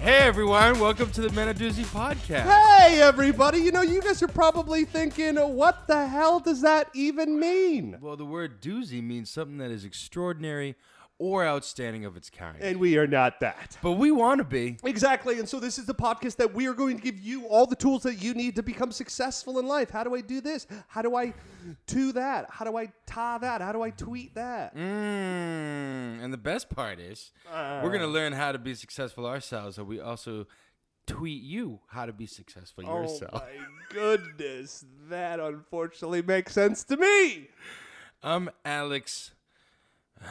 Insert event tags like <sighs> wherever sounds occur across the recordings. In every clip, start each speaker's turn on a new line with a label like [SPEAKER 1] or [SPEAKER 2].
[SPEAKER 1] Hey everyone, welcome to the Menaduzzi podcast.
[SPEAKER 2] Hey, everybody! You know, you guys are probably thinking, what the hell does that even mean?
[SPEAKER 1] Well, the word doozy means something that is extraordinary or outstanding of its kind.
[SPEAKER 2] And we are not that.
[SPEAKER 1] But we want to be.
[SPEAKER 2] Exactly. And so, this is the podcast that we are going to give you all the tools that you need to become successful in life. How do I do this? How do I do that? How do I tie that? How do I tweet that?
[SPEAKER 1] Mm, and the best part is, we're going to learn how to be successful ourselves, and we also tweet you how to be successful yourself.
[SPEAKER 2] Oh, my goodness. That unfortunately makes sense to me.
[SPEAKER 1] I'm Alex.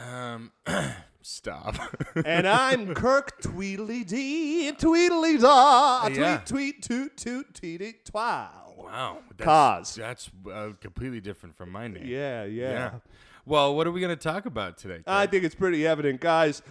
[SPEAKER 1] Um, <coughs> stop. <laughs>
[SPEAKER 2] And <laughs> I'm Kirk Tweedly Dee, Tweedly Da,
[SPEAKER 1] Yeah.
[SPEAKER 2] Tweet, tweet, toot, toot, tweety, twow.
[SPEAKER 1] wow, that's,
[SPEAKER 2] Cause.
[SPEAKER 1] That's uh, completely different from my name.
[SPEAKER 2] Yeah, yeah.
[SPEAKER 1] Yeah. Well, what are we going to talk about today?
[SPEAKER 2] I think it's pretty evident, guys.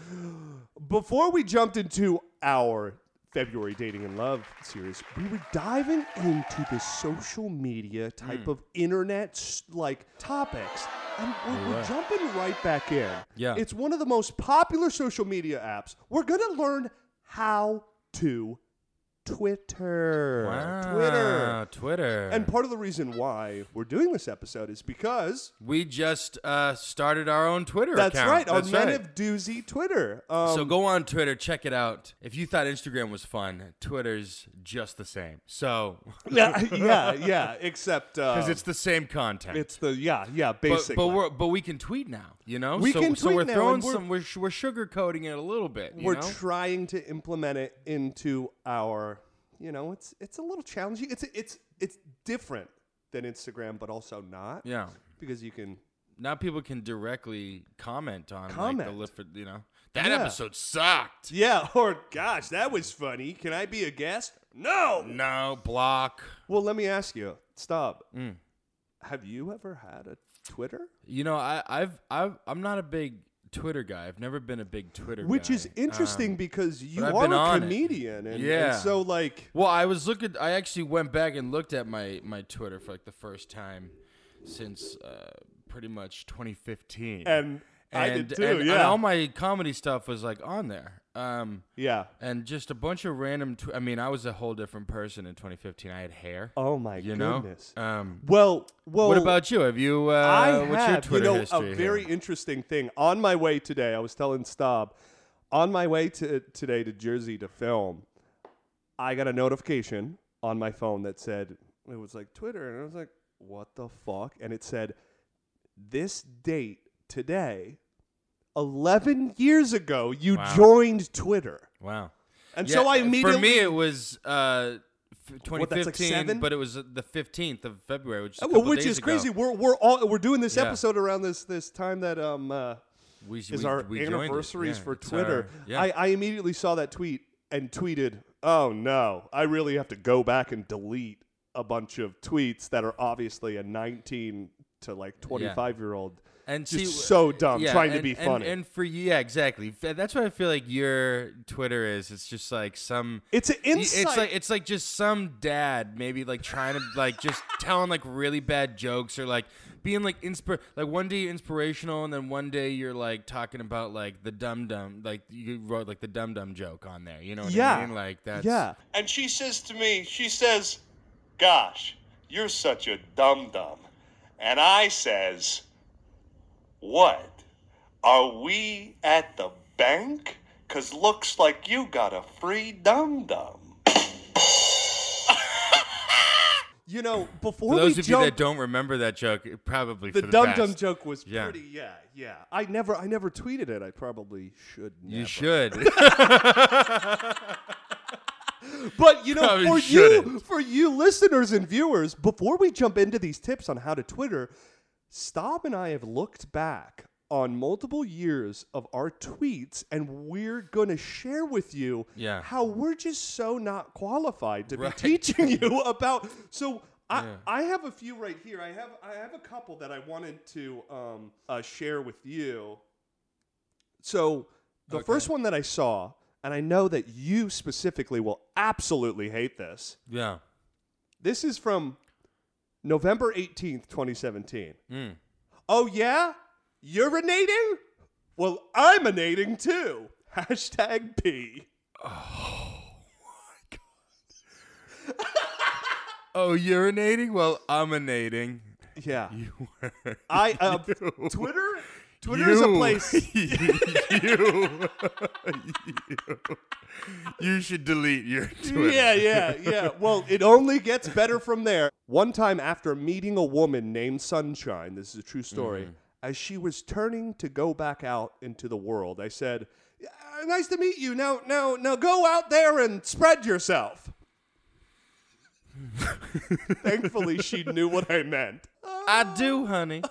[SPEAKER 2] Before we jumped into our February dating and love series, we were diving into the social media type
[SPEAKER 1] Hmm.
[SPEAKER 2] of internet s- like topics. And we're, we're jumping right back in.
[SPEAKER 1] Yeah.
[SPEAKER 2] It's one of the most popular social media apps. We're going to learn how to Twitter.
[SPEAKER 1] Wow,
[SPEAKER 2] Twitter.
[SPEAKER 1] Twitter.
[SPEAKER 2] And part of the reason why we're doing this episode is because
[SPEAKER 1] We just uh, started our own Twitter
[SPEAKER 2] that's
[SPEAKER 1] account.
[SPEAKER 2] right, our Men
[SPEAKER 1] right.
[SPEAKER 2] of Doozy Twitter. Um,
[SPEAKER 1] so go on Twitter, check it out. If you thought Instagram was fun, Twitter's just the same. So
[SPEAKER 2] <laughs>
[SPEAKER 1] <laughs>
[SPEAKER 2] Um, yeah, yeah, yeah. Except uh,
[SPEAKER 1] because it's the same content.
[SPEAKER 2] it's the yeah, yeah.
[SPEAKER 1] but,
[SPEAKER 2] Basic.
[SPEAKER 1] but we're but we can tweet now, you know.
[SPEAKER 2] We
[SPEAKER 1] so,
[SPEAKER 2] can
[SPEAKER 1] so
[SPEAKER 2] tweet
[SPEAKER 1] we're
[SPEAKER 2] now,
[SPEAKER 1] throwing
[SPEAKER 2] and we're-
[SPEAKER 1] some we're, sh- we're sugarcoating it a little bit. You
[SPEAKER 2] we're
[SPEAKER 1] know?
[SPEAKER 2] trying to implement it into our. You know, it's it's a little challenging. It's it's it's different than Instagram, but also not
[SPEAKER 1] yeah.
[SPEAKER 2] because you can.
[SPEAKER 1] Now people can directly comment on like
[SPEAKER 2] Comment.
[SPEAKER 1] the lift, for- you know. That
[SPEAKER 2] Yeah.
[SPEAKER 1] episode sucked.
[SPEAKER 2] Yeah, <laughs> or gosh, that was funny. Can I be a guest? No.
[SPEAKER 1] No block.
[SPEAKER 2] Well, let me ask you. Stop.
[SPEAKER 1] Mm.
[SPEAKER 2] Have you ever had a Twitter?
[SPEAKER 1] You know, I, I've, I've, I'm not a big Twitter guy. I've never been a big Twitter guy.
[SPEAKER 2] Which is interesting because you
[SPEAKER 1] um, I've
[SPEAKER 2] are
[SPEAKER 1] been
[SPEAKER 2] a
[SPEAKER 1] on it.
[SPEAKER 2] comedian, and,
[SPEAKER 1] Yeah.
[SPEAKER 2] and so like
[SPEAKER 1] Well, I was looking. I actually went back and looked at my my Twitter for like the first time since uh, pretty much 2015.
[SPEAKER 2] And I did too,
[SPEAKER 1] and- and
[SPEAKER 2] yeah.
[SPEAKER 1] all my comedy stuff was like on there. Um,
[SPEAKER 2] yeah.
[SPEAKER 1] and just a bunch of random. Tw- I mean, I was a whole different person in 2015. I had hair.
[SPEAKER 2] Oh my
[SPEAKER 1] you
[SPEAKER 2] goodness.
[SPEAKER 1] know. Um,
[SPEAKER 2] Well, well.
[SPEAKER 1] what about you? Have you? Uh,
[SPEAKER 2] I
[SPEAKER 1] what's
[SPEAKER 2] have,
[SPEAKER 1] your Twitter
[SPEAKER 2] you know,
[SPEAKER 1] history?
[SPEAKER 2] a
[SPEAKER 1] here?
[SPEAKER 2] very interesting thing. On my way today, I was telling Staub, on my way to today to Jersey to film, I got a notification on my phone that said it was like Twitter, and I was like, "What the fuck?" And it said, "This date today, eleven years ago, you
[SPEAKER 1] Wow.
[SPEAKER 2] joined Twitter."
[SPEAKER 1] wow.
[SPEAKER 2] And
[SPEAKER 1] Yeah,
[SPEAKER 2] so I immediately
[SPEAKER 1] for me it was uh, f- 2015,
[SPEAKER 2] that's like seven?
[SPEAKER 1] but it was uh, the 15th of February, which is a
[SPEAKER 2] Well,
[SPEAKER 1] couple
[SPEAKER 2] which
[SPEAKER 1] days
[SPEAKER 2] is
[SPEAKER 1] ago.
[SPEAKER 2] crazy. We're we're all we're doing this
[SPEAKER 1] Yeah.
[SPEAKER 2] episode around this this time that um uh,
[SPEAKER 1] We,
[SPEAKER 2] is
[SPEAKER 1] we-
[SPEAKER 2] our
[SPEAKER 1] we joined it.
[SPEAKER 2] anniversaries
[SPEAKER 1] Yeah,
[SPEAKER 2] for
[SPEAKER 1] it's
[SPEAKER 2] Twitter.
[SPEAKER 1] our- yeah.
[SPEAKER 2] I I immediately saw that tweet and tweeted, "Oh no, I really have to go back and delete a bunch of tweets that are obviously a 19 to like 25 year old."
[SPEAKER 1] and
[SPEAKER 2] just
[SPEAKER 1] see,
[SPEAKER 2] so dumb,
[SPEAKER 1] yeah,
[SPEAKER 2] trying to
[SPEAKER 1] and-
[SPEAKER 2] be
[SPEAKER 1] and-
[SPEAKER 2] funny.
[SPEAKER 1] And, for you, yeah, exactly. F- That's what I feel like your Twitter is. It's just like some.
[SPEAKER 2] it's an
[SPEAKER 1] y-
[SPEAKER 2] insight.
[SPEAKER 1] It's like it's like just some dad maybe like trying to like
[SPEAKER 2] <laughs>
[SPEAKER 1] just telling like really bad jokes or like being like inspir like one day you're inspirational and then one day you're like talking about like the dum dum like you wrote like the dum dum joke on there you know what
[SPEAKER 2] yeah,
[SPEAKER 1] I mean like that's
[SPEAKER 2] yeah.
[SPEAKER 3] And she says to me, she says, "Gosh, you're such a dum dum." And I says, "What? Are we at the bank? 'Cause looks like you got a free dum dum."
[SPEAKER 2] <laughs> You know, before
[SPEAKER 1] For those
[SPEAKER 2] we
[SPEAKER 1] of
[SPEAKER 2] jump
[SPEAKER 1] you that don't remember that joke, it probably
[SPEAKER 2] the
[SPEAKER 1] for the
[SPEAKER 2] dum dum
[SPEAKER 1] best.
[SPEAKER 2] joke was
[SPEAKER 1] Yeah.
[SPEAKER 2] pretty yeah, yeah. I never I never tweeted it. I probably should
[SPEAKER 1] You
[SPEAKER 2] never.
[SPEAKER 1] should.
[SPEAKER 2] <laughs>
[SPEAKER 1] <laughs>
[SPEAKER 2] But you know,
[SPEAKER 1] Probably
[SPEAKER 2] for you
[SPEAKER 1] shouldn't.
[SPEAKER 2] for you listeners and viewers, before we jump into these tips on how to Twitter, Staub and I have looked back on multiple years of our tweets and we're going to share with you
[SPEAKER 1] Yeah.
[SPEAKER 2] how we're just so not qualified to
[SPEAKER 1] Right.
[SPEAKER 2] be teaching you <laughs> about so I, I have a few right here. I have I have a couple that I wanted to um, uh, share with you. So the first one that I saw, and I know that you specifically will absolutely hate this.
[SPEAKER 1] yeah.
[SPEAKER 2] This is from November 18th, 2017.
[SPEAKER 1] Hmm.
[SPEAKER 2] Oh, yeah? Urinating? Well, I'm a nating too. Hashtag P.
[SPEAKER 1] Oh, urinating? Well, I'm inating.
[SPEAKER 2] Yeah.
[SPEAKER 1] <laughs> You were.
[SPEAKER 2] I uh,
[SPEAKER 1] <laughs>
[SPEAKER 2] Twitter. Twitter is a
[SPEAKER 1] You. <laughs>
[SPEAKER 2] place.
[SPEAKER 1] you. you should delete your Twitter. <laughs>
[SPEAKER 2] Yeah, yeah, yeah. Well, it only gets better from there. One time after meeting a woman named Sunshine, this is a true story,
[SPEAKER 1] Mm-hmm.
[SPEAKER 2] as she was turning to go back out into the world, I said, "Uh, "Nice to meet you. Now, now, now go out there and
[SPEAKER 1] <laughs>
[SPEAKER 2] spread yourself." Thankfully, she knew what I meant.
[SPEAKER 1] I <laughs> do, honey.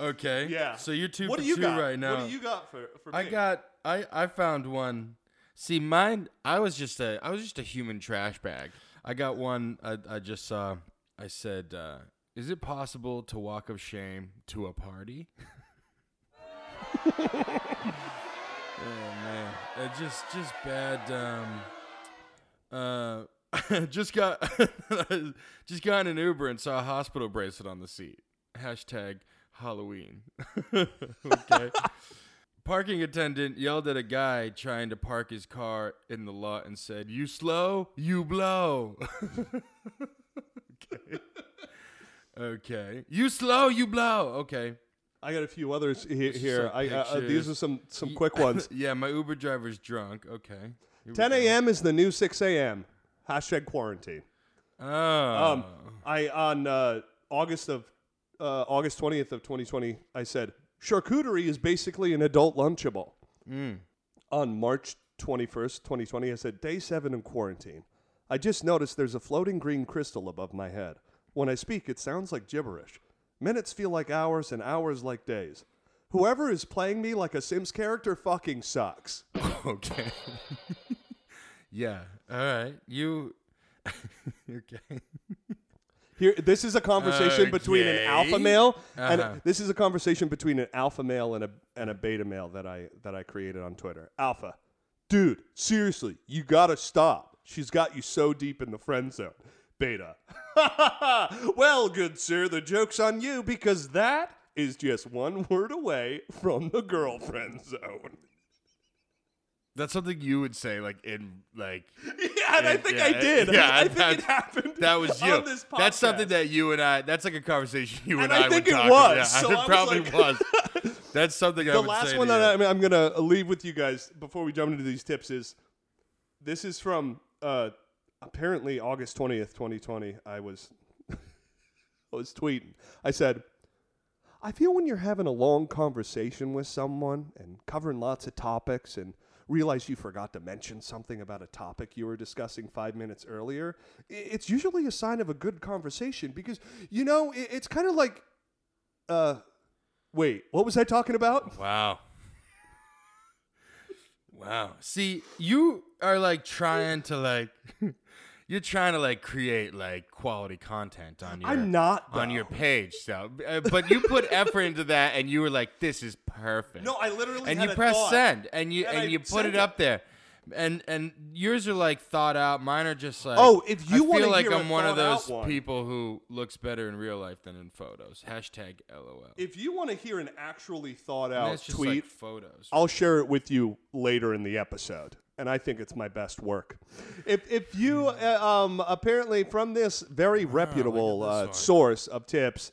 [SPEAKER 1] Okay.
[SPEAKER 2] yeah.
[SPEAKER 1] So you're two
[SPEAKER 2] what
[SPEAKER 1] for
[SPEAKER 2] do you
[SPEAKER 1] two
[SPEAKER 2] got?
[SPEAKER 1] right now.
[SPEAKER 2] What do you got for, for
[SPEAKER 1] I
[SPEAKER 2] me?
[SPEAKER 1] got I I found one. See mine I was just a I was just a human trash bag. I got one I I just saw I said uh is it possible to walk of shame to a party? <laughs> oh man. Uh, just just bad um uh <laughs> just got just got in an Uber and saw a hospital bracelet on the seat. Hashtag Halloween. <laughs> okay. Parking attendant yelled at a guy trying to park his car in the lot and said, "You slow, you blow." <laughs> okay. Okay. You slow, you blow. Okay.
[SPEAKER 2] I got a few others he-
[SPEAKER 1] Just some
[SPEAKER 2] here. I, uh, uh, these
[SPEAKER 1] pictures.
[SPEAKER 2] are some
[SPEAKER 1] <laughs>
[SPEAKER 2] some quick ones.
[SPEAKER 1] yeah, my Uber driver's drunk. Okay. Here we
[SPEAKER 2] 10
[SPEAKER 1] go.
[SPEAKER 2] a.m. is the new 6 a.m. Hashtag quarantine.
[SPEAKER 1] Oh.
[SPEAKER 2] Um, I on uh, August of uh, August 20th of 2020, I said charcuterie is basically an adult lunchable. On March 21st, 2020, I said day seven in quarantine. I just noticed there's a floating green crystal above my head. When I speak, it sounds like gibberish. Minutes feel like hours, and hours like days. Whoever is playing me like a Sims character fucking sucks.
[SPEAKER 1] <laughs> Okay. yeah. All right. You. <laughs> okay.
[SPEAKER 2] Here, this is a conversation between an
[SPEAKER 1] Okay.
[SPEAKER 2] alpha male
[SPEAKER 1] Uh-huh.
[SPEAKER 2] and this is a conversation between an alpha male and a and a beta male that I that I created on Twitter. Alpha, dude, seriously, you gotta stop. She's got you so deep in the friend zone. Beta, <laughs> well, good sir, the joke's on you because that is just one word away from the girlfriend zone. <laughs>
[SPEAKER 1] That's something you would say, like in like.
[SPEAKER 2] Yeah, and I
[SPEAKER 1] Yeah,
[SPEAKER 2] think
[SPEAKER 1] yeah,
[SPEAKER 2] I did.
[SPEAKER 1] yeah,
[SPEAKER 2] I think it
[SPEAKER 1] that's-
[SPEAKER 2] happened.
[SPEAKER 1] That
[SPEAKER 2] <laughs>
[SPEAKER 1] was you.
[SPEAKER 2] On this
[SPEAKER 1] That's
[SPEAKER 2] podcast.
[SPEAKER 1] something that you and I. That's like a conversation you and,
[SPEAKER 2] And I
[SPEAKER 1] I,
[SPEAKER 2] think
[SPEAKER 1] would
[SPEAKER 2] it
[SPEAKER 1] talk.
[SPEAKER 2] was,
[SPEAKER 1] Yeah,
[SPEAKER 2] so I
[SPEAKER 1] it
[SPEAKER 2] was
[SPEAKER 1] probably
[SPEAKER 2] like-
[SPEAKER 1] was.
[SPEAKER 2] <laughs>
[SPEAKER 1] That's something I
[SPEAKER 2] the
[SPEAKER 1] would
[SPEAKER 2] last
[SPEAKER 1] say
[SPEAKER 2] one
[SPEAKER 1] to
[SPEAKER 2] that I,
[SPEAKER 1] you.
[SPEAKER 2] am I'm gonna leave with you guys before we jump into these tips is this is from uh, apparently August twentieth, twenty twenty. I was <laughs> I was tweeting. I said, I feel when you're having a long conversation with someone and covering lots of topics and realize you forgot to mention something about a topic you were discussing five minutes earlier, i- it's usually a sign of a good conversation because you know i- it's kind of like, uh, wait, what was I talking about?
[SPEAKER 1] Wow. Wow. See, you are like trying to like <laughs> you're trying to like create like quality content on your
[SPEAKER 2] I'm not,
[SPEAKER 1] on
[SPEAKER 2] though.
[SPEAKER 1] your page. So, uh, but you put effort into that and you were like this is perfect.
[SPEAKER 2] No, I literally
[SPEAKER 1] and
[SPEAKER 2] had
[SPEAKER 1] you
[SPEAKER 2] a
[SPEAKER 1] press
[SPEAKER 2] thought.
[SPEAKER 1] send and you
[SPEAKER 2] and
[SPEAKER 1] and,
[SPEAKER 2] I
[SPEAKER 1] you put
[SPEAKER 2] sent
[SPEAKER 1] it
[SPEAKER 2] it.
[SPEAKER 1] up there. And and yours are like thought out. Mine are just like
[SPEAKER 2] Oh, if you
[SPEAKER 1] I
[SPEAKER 2] wanna
[SPEAKER 1] feel like
[SPEAKER 2] hear a
[SPEAKER 1] I'm one of
[SPEAKER 2] thought-out
[SPEAKER 1] those
[SPEAKER 2] one.
[SPEAKER 1] people who looks better in real life than in photos. Hashtag LOL.
[SPEAKER 2] If you want to hear an actually thought
[SPEAKER 1] And
[SPEAKER 2] out
[SPEAKER 1] that's just
[SPEAKER 2] tweet,
[SPEAKER 1] like photos.
[SPEAKER 2] I'll share it with you later in the episode. And I think it's my best work. If, if you,
[SPEAKER 1] Hmm.
[SPEAKER 2] uh, um, apparently from this
[SPEAKER 1] Ah,
[SPEAKER 2] very reputable uh, source of tips,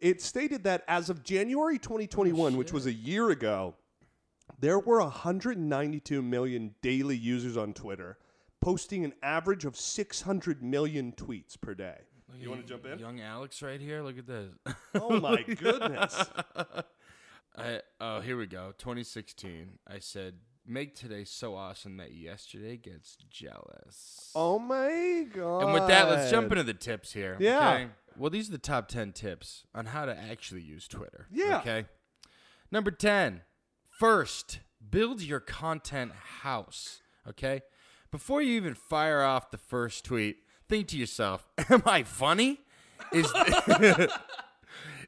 [SPEAKER 2] it stated that as of January 2021, which was a year ago, there were 192 million daily users on Twitter, posting an average of 600 million tweets per day. You want to jump in?
[SPEAKER 1] Young Alex right here. Look at
[SPEAKER 2] <laughs>
[SPEAKER 1] this. <laughs>
[SPEAKER 2] Oh my goodness.
[SPEAKER 1] I, oh, here we go. 2016. I said, make today so awesome that yesterday gets jealous.
[SPEAKER 2] Oh my god.
[SPEAKER 1] And with that, let's jump into the tips here.
[SPEAKER 2] Yeah.
[SPEAKER 1] okay? Well, these are the top 10 tips on how to actually use Twitter.
[SPEAKER 2] Yeah.
[SPEAKER 1] Okay. Number 10. First, build your content house. Okay. Before you even fire off the first tweet, think to yourself, am I funny? Is, <laughs>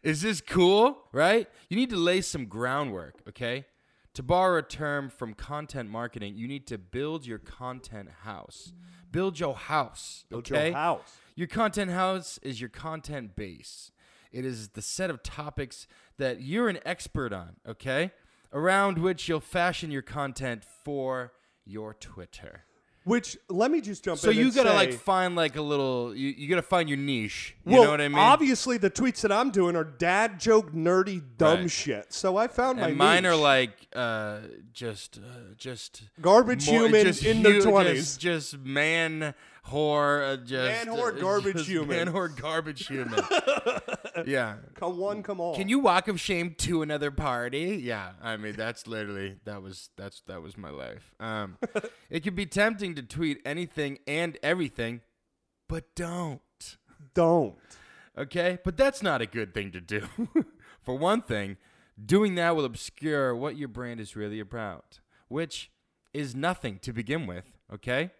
[SPEAKER 1] is this cool? Right? You need to lay some groundwork. Okay. To borrow a term from content marketing, you need to build your content house. Build your house.
[SPEAKER 2] Build
[SPEAKER 1] okay?
[SPEAKER 2] your house.
[SPEAKER 1] Your content house is your content base. It is the set of topics that you're an expert on, okay? Around which you'll fashion your content for your Twitter.
[SPEAKER 2] Which let me just jump
[SPEAKER 1] So
[SPEAKER 2] in.
[SPEAKER 1] you
[SPEAKER 2] and
[SPEAKER 1] gotta
[SPEAKER 2] say,
[SPEAKER 1] like find like a little. You, you gotta find your niche. You
[SPEAKER 2] well,
[SPEAKER 1] know what I mean?
[SPEAKER 2] Obviously, the tweets that I'm doing are dad joke, nerdy, dumb
[SPEAKER 1] Right.
[SPEAKER 2] shit. So I found my
[SPEAKER 1] and mine are
[SPEAKER 2] niche.
[SPEAKER 1] like uh, just, uh, just
[SPEAKER 2] Garbage human in their
[SPEAKER 1] hu-
[SPEAKER 2] 20s.
[SPEAKER 1] Just, just man whore. Uh, just
[SPEAKER 2] Man whore,
[SPEAKER 1] uh,
[SPEAKER 2] garbage
[SPEAKER 1] just
[SPEAKER 2] human.
[SPEAKER 1] Man whore, garbage
[SPEAKER 2] <laughs>
[SPEAKER 1] human. yeah.
[SPEAKER 2] come one, come all.
[SPEAKER 1] Can you walk of shame to another party? Yeah, I mean that's literally that was that's that was my life. Um, <laughs> it can be tempting to tweet anything and everything, but don't.
[SPEAKER 2] don't?
[SPEAKER 1] Okay, but that's not a good thing to do. <laughs> For one thing, doing that will obscure what your brand is really about, which is nothing to begin with. Okay,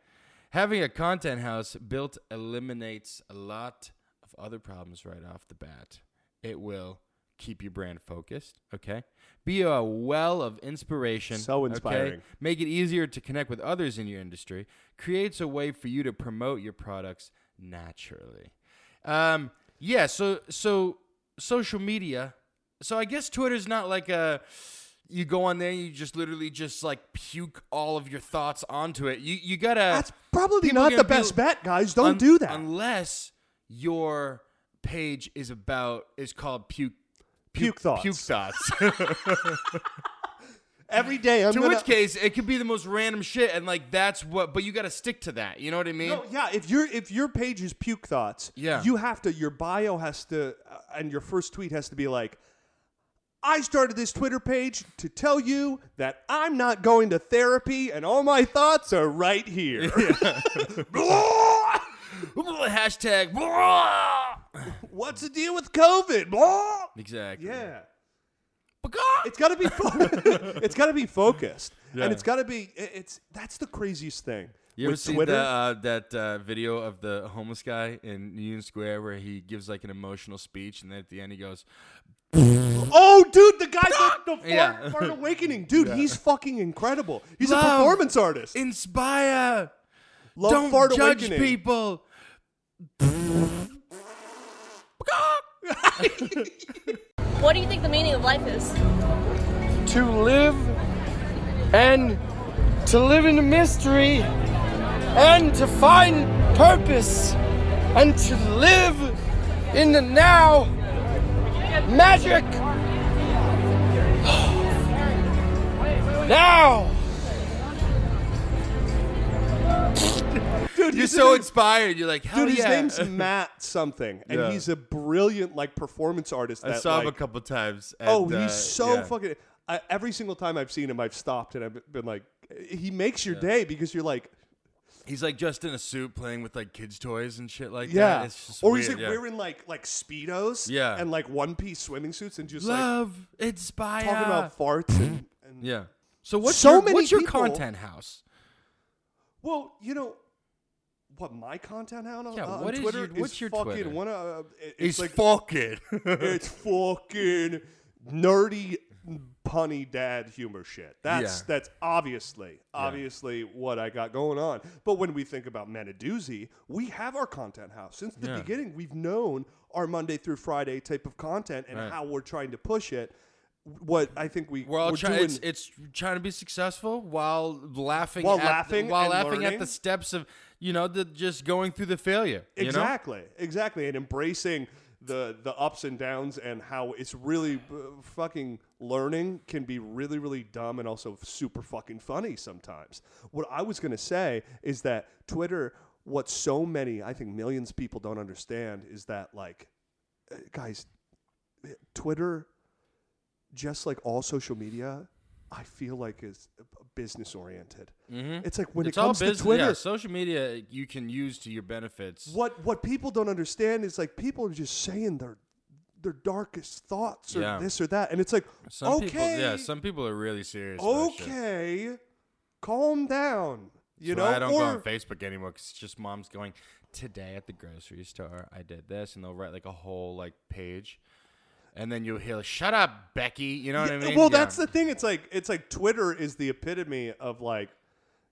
[SPEAKER 1] having a content house built eliminates a lot of other problems right off the bat. It will keep your brand focused. Okay, be a well of inspiration.
[SPEAKER 2] So
[SPEAKER 1] okay?
[SPEAKER 2] inspiring.
[SPEAKER 1] Make it easier to connect with others in your industry. Creates a way for you to promote your products naturally. Um, yeah, so so social media. So I guess Twitter's not like a you go on there and you just literally just like puke all of your thoughts onto it. You you gotta
[SPEAKER 2] That's probably
[SPEAKER 1] people
[SPEAKER 2] not
[SPEAKER 1] gonna
[SPEAKER 2] the
[SPEAKER 1] be-
[SPEAKER 2] best bet, guys. Don't
[SPEAKER 1] un-
[SPEAKER 2] do that.
[SPEAKER 1] unless your page is about is called puke
[SPEAKER 2] Puke thoughts.
[SPEAKER 1] puke
[SPEAKER 2] <laughs>
[SPEAKER 1] thoughts.
[SPEAKER 2] Every day, I'm
[SPEAKER 1] to
[SPEAKER 2] gonna.
[SPEAKER 1] which case it could be the most random shit and like that's what but you gotta stick to that. You know what I mean? <laughs>
[SPEAKER 2] No, yeah. If your if your page is puke thoughts,
[SPEAKER 1] Yeah.
[SPEAKER 2] you have to. Your bio has to, uh, and your first tweet has to be like, "I started this Twitter page to tell you that I'm not going to therapy, and all my thoughts are
[SPEAKER 1] <laughs>
[SPEAKER 2] right here."
[SPEAKER 1] Hashtag <laughs>
[SPEAKER 2] What's the deal with COVID? Blah.
[SPEAKER 1] Exactly.
[SPEAKER 2] Yeah,
[SPEAKER 1] Because-
[SPEAKER 2] it's got to be. Fo- <laughs> it's got to be focused,
[SPEAKER 1] Yeah.
[SPEAKER 2] and it's got to be. it- It's that's the craziest thing
[SPEAKER 1] You ever
[SPEAKER 2] with
[SPEAKER 1] see
[SPEAKER 2] Twitter.
[SPEAKER 1] the, uh, that uh, video of the homeless guy in Union Square where he gives like an emotional speech and then at the end he goes,
[SPEAKER 2] Oh, dude, the guy that the
[SPEAKER 1] <laughs>
[SPEAKER 2] fart,
[SPEAKER 1] Yeah.
[SPEAKER 2] fart awakening, dude, he's fucking incredible. He's a
[SPEAKER 1] Love.
[SPEAKER 2] performance artist.
[SPEAKER 1] "Inspire,
[SPEAKER 2] Love
[SPEAKER 1] don't
[SPEAKER 2] fart
[SPEAKER 1] judge
[SPEAKER 2] awakening.
[SPEAKER 1] people."
[SPEAKER 4] What do you think the meaning of life is?
[SPEAKER 5] to live and to live in a mystery and to find purpose and to live in the now magic <sighs> now
[SPEAKER 2] Dude,
[SPEAKER 1] You're
[SPEAKER 2] his
[SPEAKER 1] so
[SPEAKER 2] name-
[SPEAKER 1] inspired. You're like, "Hell
[SPEAKER 2] Dude, his
[SPEAKER 1] Oh, yeah!" <laughs>
[SPEAKER 2] name's Matt something, and
[SPEAKER 1] Yeah.
[SPEAKER 2] he's a brilliant like performance artist.
[SPEAKER 1] I
[SPEAKER 2] that,
[SPEAKER 1] saw him
[SPEAKER 2] like-
[SPEAKER 1] a couple times. and,
[SPEAKER 2] Oh,
[SPEAKER 1] uh,
[SPEAKER 2] he's so
[SPEAKER 1] yeah.
[SPEAKER 2] fucking. I, every single time I've seen him, I've stopped and I've been like, he makes your day because you're like,
[SPEAKER 1] He's like just in a suit playing with like kids' toys and shit like that.
[SPEAKER 2] yeah,
[SPEAKER 1] It's just
[SPEAKER 2] or
[SPEAKER 1] weird,
[SPEAKER 2] he's like
[SPEAKER 1] yeah.
[SPEAKER 2] wearing like like speedos,
[SPEAKER 1] Yeah.
[SPEAKER 2] and like one piece swimming suits and just
[SPEAKER 1] love, inspire.
[SPEAKER 2] like talking about farts
[SPEAKER 1] <clears throat>
[SPEAKER 2] and, and
[SPEAKER 1] yeah. So what's
[SPEAKER 2] So
[SPEAKER 1] your,
[SPEAKER 2] many
[SPEAKER 1] what's your
[SPEAKER 2] people-
[SPEAKER 1] content house?
[SPEAKER 2] Well, you know what my content out on,
[SPEAKER 1] Yeah,
[SPEAKER 2] on
[SPEAKER 1] what is
[SPEAKER 2] Twitter
[SPEAKER 1] your- what's your
[SPEAKER 2] fucking
[SPEAKER 1] Twitter?
[SPEAKER 2] one of it-
[SPEAKER 1] He's
[SPEAKER 2] it's
[SPEAKER 1] <laughs>
[SPEAKER 2] like
[SPEAKER 1] fucking.
[SPEAKER 2] it's fucking nerdy punny dad humor shit. That's
[SPEAKER 1] Yeah.
[SPEAKER 2] that's obviously obviously what I got going on. But when we think about Manadoozy, we have our content house. Since the
[SPEAKER 1] Yeah.
[SPEAKER 2] beginning, we've known our Monday through Friday type of content and
[SPEAKER 1] Right.
[SPEAKER 2] how we're trying to push it. What I think we
[SPEAKER 1] We're all trying.
[SPEAKER 2] doing,
[SPEAKER 1] It's, it's trying to be successful while laughing,
[SPEAKER 2] While
[SPEAKER 1] at the-
[SPEAKER 2] laughing
[SPEAKER 1] while
[SPEAKER 2] and
[SPEAKER 1] laughing at
[SPEAKER 2] learning.
[SPEAKER 1] the steps of you know the just going through the failure. you know?
[SPEAKER 2] Exactly, exactly, and embracing the the ups and downs and how it's really uh, fucking learning can be really really dumb and also super fucking funny sometimes. What I was gonna say is that Twitter, what so many I think millions of people don't understand is that like, uh, guys, Twitter, just like all social media, I feel like is business oriented. It's like when
[SPEAKER 1] Mm-hmm. It's
[SPEAKER 2] it
[SPEAKER 1] all
[SPEAKER 2] comes
[SPEAKER 1] business.
[SPEAKER 2] to Twitter,
[SPEAKER 1] yeah, social media you can use to your benefits.
[SPEAKER 2] what what people don't understand is like people are just saying their their darkest thoughts or
[SPEAKER 1] Yeah.
[SPEAKER 2] this or that, and it's like
[SPEAKER 1] Some
[SPEAKER 2] okay,
[SPEAKER 1] people, yeah, some people are really serious. about shit.
[SPEAKER 2] okay, calm down. You
[SPEAKER 1] That's why
[SPEAKER 2] know,
[SPEAKER 1] I don't
[SPEAKER 2] or
[SPEAKER 1] go on Facebook anymore because it's just mom's going today at the grocery store. I did this, and they'll write like a whole like page, and then you'll hear, "Shut up, Becky." You know what I
[SPEAKER 2] Yeah,
[SPEAKER 1] mean?
[SPEAKER 2] Well,
[SPEAKER 1] Yeah.
[SPEAKER 2] that's the thing. It's like it's like Twitter is the epitome of like,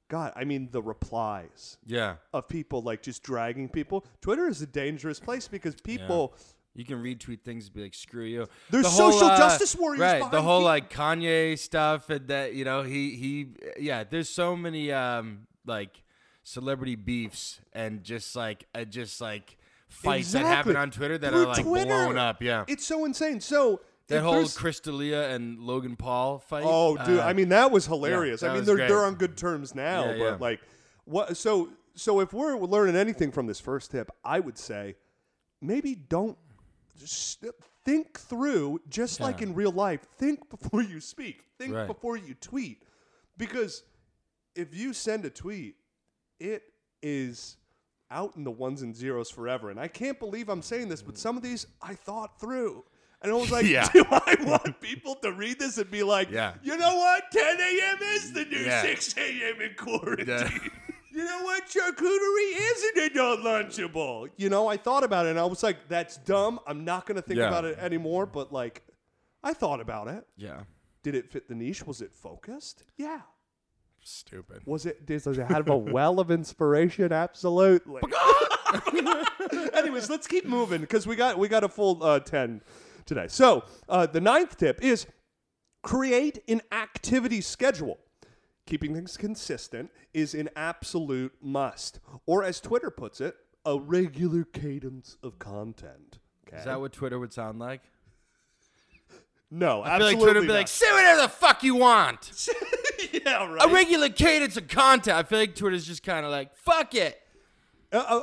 [SPEAKER 2] God. I mean, the replies
[SPEAKER 1] yeah.
[SPEAKER 2] of people like just dragging people. Twitter is a dangerous place because people.
[SPEAKER 1] You can retweet things and be like, "Screw you."
[SPEAKER 2] There's
[SPEAKER 1] The whole,
[SPEAKER 2] social
[SPEAKER 1] uh,
[SPEAKER 2] justice warriors
[SPEAKER 1] right? The
[SPEAKER 2] behind
[SPEAKER 1] whole
[SPEAKER 2] you.
[SPEAKER 1] like Kanye stuff and that you know he he yeah. There's so many um like celebrity beefs and just like uh, just like fights that
[SPEAKER 2] Exactly.
[SPEAKER 1] happen on Twitter that
[SPEAKER 2] Through
[SPEAKER 1] are like
[SPEAKER 2] Twitter.
[SPEAKER 1] blown up. Yeah,
[SPEAKER 2] It's so insane. So
[SPEAKER 1] that
[SPEAKER 2] if
[SPEAKER 1] whole
[SPEAKER 2] there's-
[SPEAKER 1] Chris D'Elia and Logan Paul fight.
[SPEAKER 2] Oh, dude!
[SPEAKER 1] uh,
[SPEAKER 2] I mean, that was hilarious.
[SPEAKER 1] that
[SPEAKER 2] I mean,
[SPEAKER 1] was
[SPEAKER 2] they're
[SPEAKER 1] great.
[SPEAKER 2] they're on good terms now,
[SPEAKER 1] Yeah,
[SPEAKER 2] but
[SPEAKER 1] yeah.
[SPEAKER 2] like, what? So so if we're learning anything from this first tip, I would say maybe don't just think through. Just like in real life, think before you speak. Think
[SPEAKER 1] Right.
[SPEAKER 2] before you tweet, because if you send a tweet, it is out in the ones and zeros forever. And I can't believe I'm saying this, but some of these I thought through. And I was
[SPEAKER 1] <laughs>
[SPEAKER 2] like,
[SPEAKER 1] Yeah.
[SPEAKER 2] do <laughs> I want people to read this and be like,
[SPEAKER 1] Yeah.
[SPEAKER 2] you know what? 10 a.m. is the new
[SPEAKER 1] Yeah.
[SPEAKER 2] 6 a.m. in quarantine.
[SPEAKER 1] Yeah.
[SPEAKER 2] <laughs> You know what? Charcuterie isn't a non-lunchable. You know, I thought about it and I was like, that's dumb. I'm not going to think
[SPEAKER 1] Yeah.
[SPEAKER 2] about it anymore. But like, I thought about it.
[SPEAKER 1] <laughs> yeah,
[SPEAKER 2] Did it fit the niche? Was it focused? Yeah.
[SPEAKER 1] stupid.
[SPEAKER 2] Was it? Does it have a well of inspiration? Absolutely. <laughs> Anyways, let's keep moving because we got we got a full uh, ten today. So uh, the ninth tip is create an activity schedule. Keeping things consistent is an absolute must, or as Twitter puts it, a regular cadence of content. Okay.
[SPEAKER 1] Is that what Twitter would sound like?
[SPEAKER 2] no,
[SPEAKER 1] I feel
[SPEAKER 2] absolutely
[SPEAKER 1] like Twitter would be
[SPEAKER 2] not.
[SPEAKER 1] like, say whatever the fuck you want.
[SPEAKER 2] yeah, <laughs> right.
[SPEAKER 1] A regular cadence of content. I feel like Twitter's just kind of like, fuck it.
[SPEAKER 2] Uh, uh,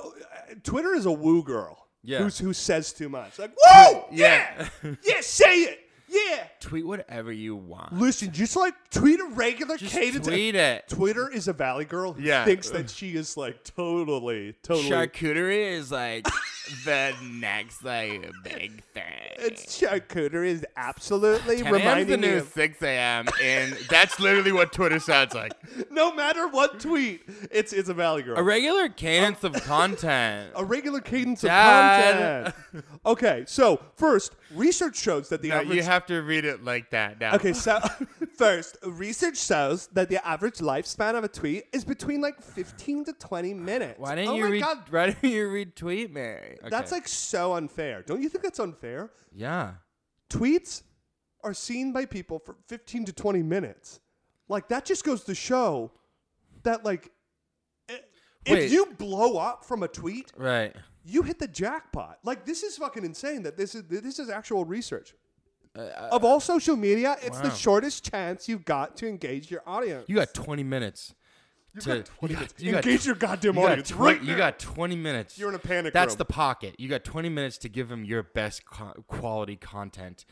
[SPEAKER 2] Twitter is a woo girl.
[SPEAKER 1] Yeah.
[SPEAKER 2] Who's, who says too much? Like, whoa!
[SPEAKER 1] Yeah.
[SPEAKER 2] Yeah! Yeah, say it! Yeah!
[SPEAKER 1] <laughs> Tweet whatever you want.
[SPEAKER 2] Listen, just like tweet a regular
[SPEAKER 1] Just
[SPEAKER 2] cadence.
[SPEAKER 1] tweet it.
[SPEAKER 2] Twitter is a valley girl who
[SPEAKER 1] Yeah.
[SPEAKER 2] thinks that she is like totally, totally.
[SPEAKER 1] Charcuterie is
[SPEAKER 2] <laughs>
[SPEAKER 1] like the next like big thing.
[SPEAKER 2] It's charcuterie is absolutely
[SPEAKER 1] 10 a.m. 's the
[SPEAKER 2] reminding me
[SPEAKER 1] new
[SPEAKER 2] of.
[SPEAKER 1] 6 a.m. and that's literally what Twitter sounds like.
[SPEAKER 2] No matter what tweet, it's it's <laughs> a valley girl.
[SPEAKER 1] A regular cadence of <laughs> content.
[SPEAKER 2] a regular cadence of
[SPEAKER 1] Dad. <laughs>
[SPEAKER 2] content. Okay, so first, research shows that the
[SPEAKER 1] No,
[SPEAKER 2] average
[SPEAKER 1] you have to read it like that now.
[SPEAKER 2] Okay, so <laughs> first, research shows that the average lifespan of a tweet is between like 15 to 20 minutes.
[SPEAKER 1] Why didn't
[SPEAKER 2] oh
[SPEAKER 1] you
[SPEAKER 2] my
[SPEAKER 1] read?
[SPEAKER 2] God,
[SPEAKER 1] Why didn't you retweet me?
[SPEAKER 2] that's like so unfair. Don't you think that's unfair?
[SPEAKER 1] yeah.
[SPEAKER 2] Tweets are seen by people for 15 to 20 minutes. Like that just goes to show that like i-
[SPEAKER 1] Wait.
[SPEAKER 2] if you blow up from a tweet,
[SPEAKER 1] Right.
[SPEAKER 2] you hit the jackpot. Like this is fucking insane that this is this is actual research. of all social media, it's the
[SPEAKER 1] Uh, Wow.
[SPEAKER 2] shortest chance you've got to engage your audience.
[SPEAKER 1] You got 20 minutes.
[SPEAKER 2] You've
[SPEAKER 1] to-
[SPEAKER 2] got 20
[SPEAKER 1] you got-
[SPEAKER 2] minutes.
[SPEAKER 1] you got
[SPEAKER 2] Engage
[SPEAKER 1] tw-
[SPEAKER 2] your goddamn
[SPEAKER 1] you got
[SPEAKER 2] audience
[SPEAKER 1] tw-
[SPEAKER 2] right
[SPEAKER 1] You
[SPEAKER 2] now.
[SPEAKER 1] got 20 minutes.
[SPEAKER 2] You're in a panic
[SPEAKER 1] That's
[SPEAKER 2] room.
[SPEAKER 1] the pocket. You got 20 minutes to give them your best co- quality content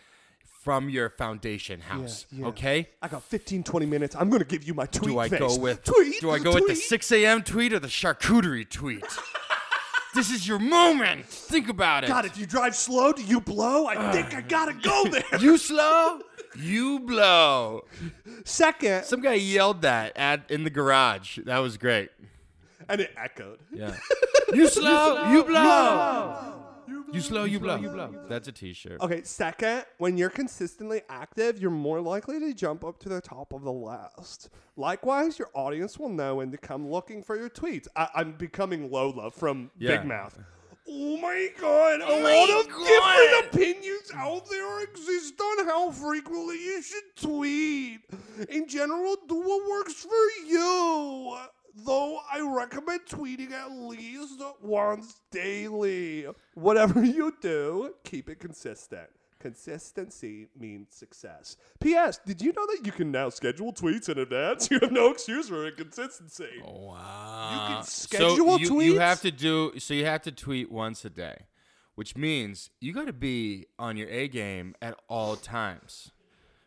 [SPEAKER 1] from your foundation house.
[SPEAKER 2] yeah.
[SPEAKER 1] Okay.
[SPEAKER 2] I got 15, 20 minutes. I'm going to give you my tweet
[SPEAKER 1] Do I
[SPEAKER 2] face.
[SPEAKER 1] go with
[SPEAKER 2] tweet?
[SPEAKER 1] Do I go with the
[SPEAKER 2] tweet.
[SPEAKER 1] 6 a.m. tweet or the charcuterie
[SPEAKER 2] <laughs>
[SPEAKER 1] tweet? this is your moment. Think about it.
[SPEAKER 2] God, if you drive slow, do you blow? I think I got to <laughs> go there.
[SPEAKER 1] You slow, you blow.
[SPEAKER 2] Second,
[SPEAKER 1] Some guy yelled that at in the garage. That was great.
[SPEAKER 2] and it echoed.
[SPEAKER 1] Yeah. you slow, you blow. You slow, you blow. You blow. That's a t-shirt.
[SPEAKER 2] Okay, second, when you're consistently active, you're more likely to jump up to the top of the list. Likewise, your audience will know when to come looking for your tweets. I- I'm becoming Lola from
[SPEAKER 1] Yeah.
[SPEAKER 2] Big Mouth. Oh my god, a
[SPEAKER 1] Oh my
[SPEAKER 2] lot of
[SPEAKER 1] God.
[SPEAKER 2] different opinions out there exist on how frequently you should tweet. In general, do what works for you. Though I recommend tweeting at least once daily. Whatever <laughs> you do, keep it consistent. Consistency means success. P.S. Did you know that you can now schedule tweets in advance? <laughs> You have no excuse for inconsistency.
[SPEAKER 1] Wow.
[SPEAKER 2] You can schedule
[SPEAKER 1] so you, You
[SPEAKER 2] tweets?
[SPEAKER 1] have to do so you have to tweet once a day, which means you got to be on your A game at all times.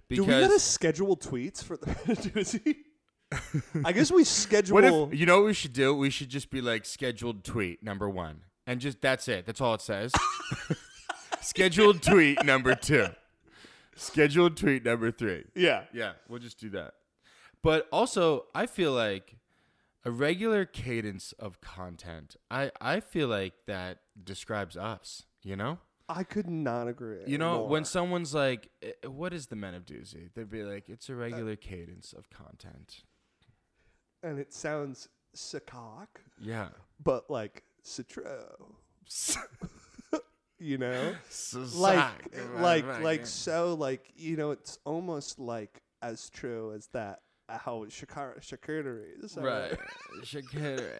[SPEAKER 2] Do
[SPEAKER 1] Because
[SPEAKER 2] we gotta schedule tweets for the <laughs> Doozy? I guess we schedule.
[SPEAKER 1] what if you know what we should do? We should just be like scheduled tweet number 1 and just that's it. That's all it says. scheduled tweet number 2. Scheduled tweet number 3.
[SPEAKER 2] yeah.
[SPEAKER 1] Yeah, we'll just do that. But also, I feel like a regular cadence of content. I I feel like that describes us. You know.
[SPEAKER 2] I could not agree.
[SPEAKER 1] You know,
[SPEAKER 2] more.
[SPEAKER 1] when someone's like, "Eh, "What is the Men of Doozy?" They'd be like, "It's a regular cadence of content."
[SPEAKER 2] and it sounds sacock,
[SPEAKER 1] Yeah.
[SPEAKER 2] but like citro. <laughs> you know,
[SPEAKER 1] Sock.
[SPEAKER 2] like, like, like so, like you know, it's almost like as true as that how Shakira, Shakira is.
[SPEAKER 1] Right. Shakira.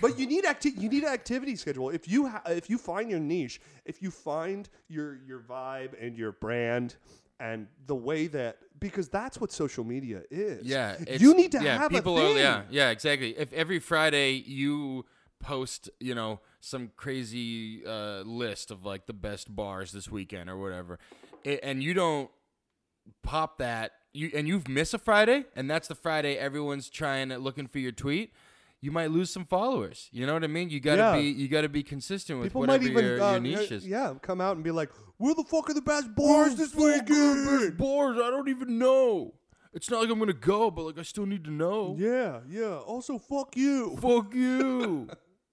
[SPEAKER 2] But you need acti- you need an activity schedule. If you ha- if you find your niche, if you find your your vibe and your brand and the way that because that's what social media is.
[SPEAKER 1] Yeah. it's-
[SPEAKER 2] you need to
[SPEAKER 1] yeah,
[SPEAKER 2] have
[SPEAKER 1] people
[SPEAKER 2] a thing.
[SPEAKER 1] Are, yeah, yeah, exactly. If every Friday you post, you know, some crazy uh, list of like the best bars this weekend or whatever, it, and you don't pop that, you and you've missed a Friday, and that's the Friday everyone's trying to looking for your tweet. You might lose some followers. You know what I mean? You gotta
[SPEAKER 2] Yeah.
[SPEAKER 1] be you gotta be consistent with
[SPEAKER 2] People
[SPEAKER 1] whatever
[SPEAKER 2] might even
[SPEAKER 1] your,
[SPEAKER 2] uh,
[SPEAKER 1] your niche is.
[SPEAKER 2] yeah come out and be like, "Where the fuck are the best bars this weekend?"
[SPEAKER 1] Bars, I don't even know. It's not like I'm gonna go, but like I still need to know.
[SPEAKER 2] Yeah, yeah. Also, fuck you.
[SPEAKER 1] Fuck you.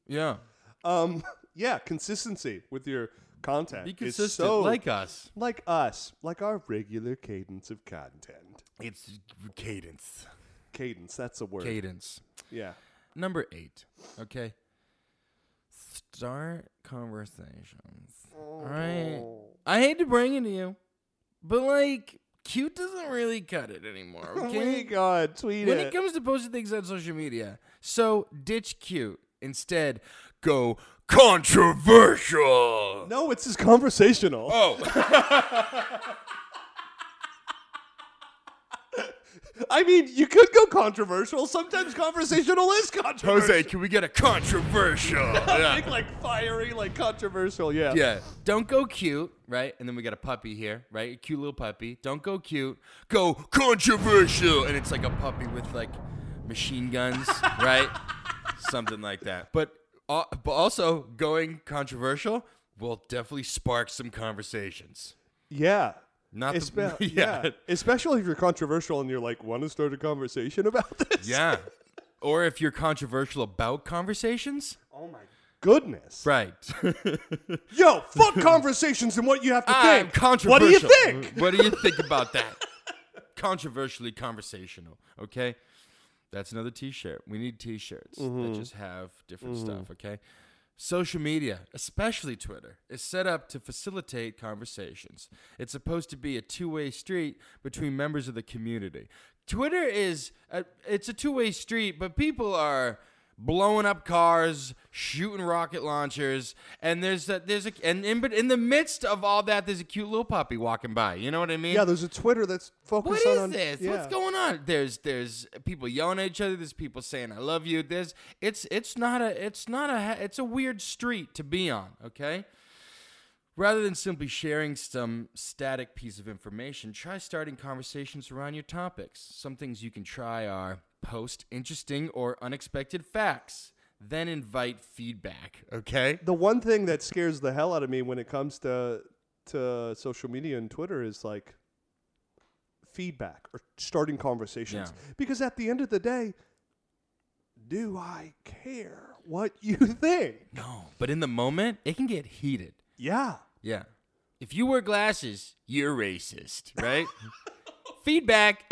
[SPEAKER 1] yeah.
[SPEAKER 2] Um, <laughs> yeah, consistency with your content.
[SPEAKER 1] Be
[SPEAKER 2] is
[SPEAKER 1] consistent
[SPEAKER 2] so-
[SPEAKER 1] like us.
[SPEAKER 2] like us, like our regular cadence of content.
[SPEAKER 1] It's cadence.
[SPEAKER 2] Cadence, that's a word.
[SPEAKER 1] Cadence.
[SPEAKER 2] Yeah.
[SPEAKER 1] Number eight. Okay. Start conversations. All right. I hate to bring it to you, but like, cute doesn't really cut it anymore.
[SPEAKER 2] Oh
[SPEAKER 1] Okay.
[SPEAKER 2] my god, tweet
[SPEAKER 1] when
[SPEAKER 2] it.
[SPEAKER 1] it comes to posting things on social media, so ditch cute. Instead, go controversial.
[SPEAKER 2] no, it's just conversational.
[SPEAKER 1] Oh,
[SPEAKER 2] I mean, you could go controversial. Sometimes conversational is controversial.
[SPEAKER 1] <laughs> Jose, can we get a controversial? yeah.
[SPEAKER 2] Think like fiery, like controversial. Yeah.
[SPEAKER 1] Yeah. Don't go cute, right? And then we got a puppy here, right? A cute little puppy. Don't go cute. Go controversial. And it's like a puppy with like machine guns, right? Something like that. But uh, but also going controversial will definitely spark some conversations.
[SPEAKER 2] Yeah.
[SPEAKER 1] Not the-
[SPEAKER 2] Espe-
[SPEAKER 1] <laughs> yeah.
[SPEAKER 2] yeah. Especially if you're controversial and you're like, want to start a conversation about <laughs> this?
[SPEAKER 1] Yeah. or if you're controversial about conversations,
[SPEAKER 2] Goodness.
[SPEAKER 1] right?
[SPEAKER 2] <laughs> Yo,
[SPEAKER 1] <laughs>
[SPEAKER 2] fuck conversations and what you have to
[SPEAKER 1] I'm
[SPEAKER 2] think.
[SPEAKER 1] controversial.
[SPEAKER 2] What do you think?
[SPEAKER 1] What do you think about that? Controversially conversational. Okay, that's another T-shirt. We need T-shirts that just have different stuff. Okay, social media, especially Twitter, is set up to facilitate conversations. It's supposed to be a two-way street between members of the community. Twitter is a, it's a two-way street, but people are blowing up cars, shooting rocket launchers, and there's a, there's a and in, but in the midst of all that, there's a cute little puppy walking by. You know what I mean?
[SPEAKER 2] Yeah, there's a Twitter that's
[SPEAKER 1] What
[SPEAKER 2] focused
[SPEAKER 1] is
[SPEAKER 2] on. on-
[SPEAKER 1] this? What's
[SPEAKER 2] yeah.
[SPEAKER 1] going on? There's there's people yelling at each other. There's people saying "I love you." There's it's it's not a it's not a ha- it's a weird street to be on. Okay. Rather than simply sharing some static piece of information, try starting conversations around your topics. Some things you can try are post interesting or unexpected facts, then invite feedback. Okay.
[SPEAKER 2] the one thing that scares the hell out of me when it comes to to social media and Twitter is like feedback or starting conversations. Because at the end of the day, do I care what you <laughs> think?
[SPEAKER 1] No, but in the moment, it can get heated.
[SPEAKER 2] Yeah.
[SPEAKER 1] Yeah. If you wear glasses, you're racist, <laughs> right? Feedback.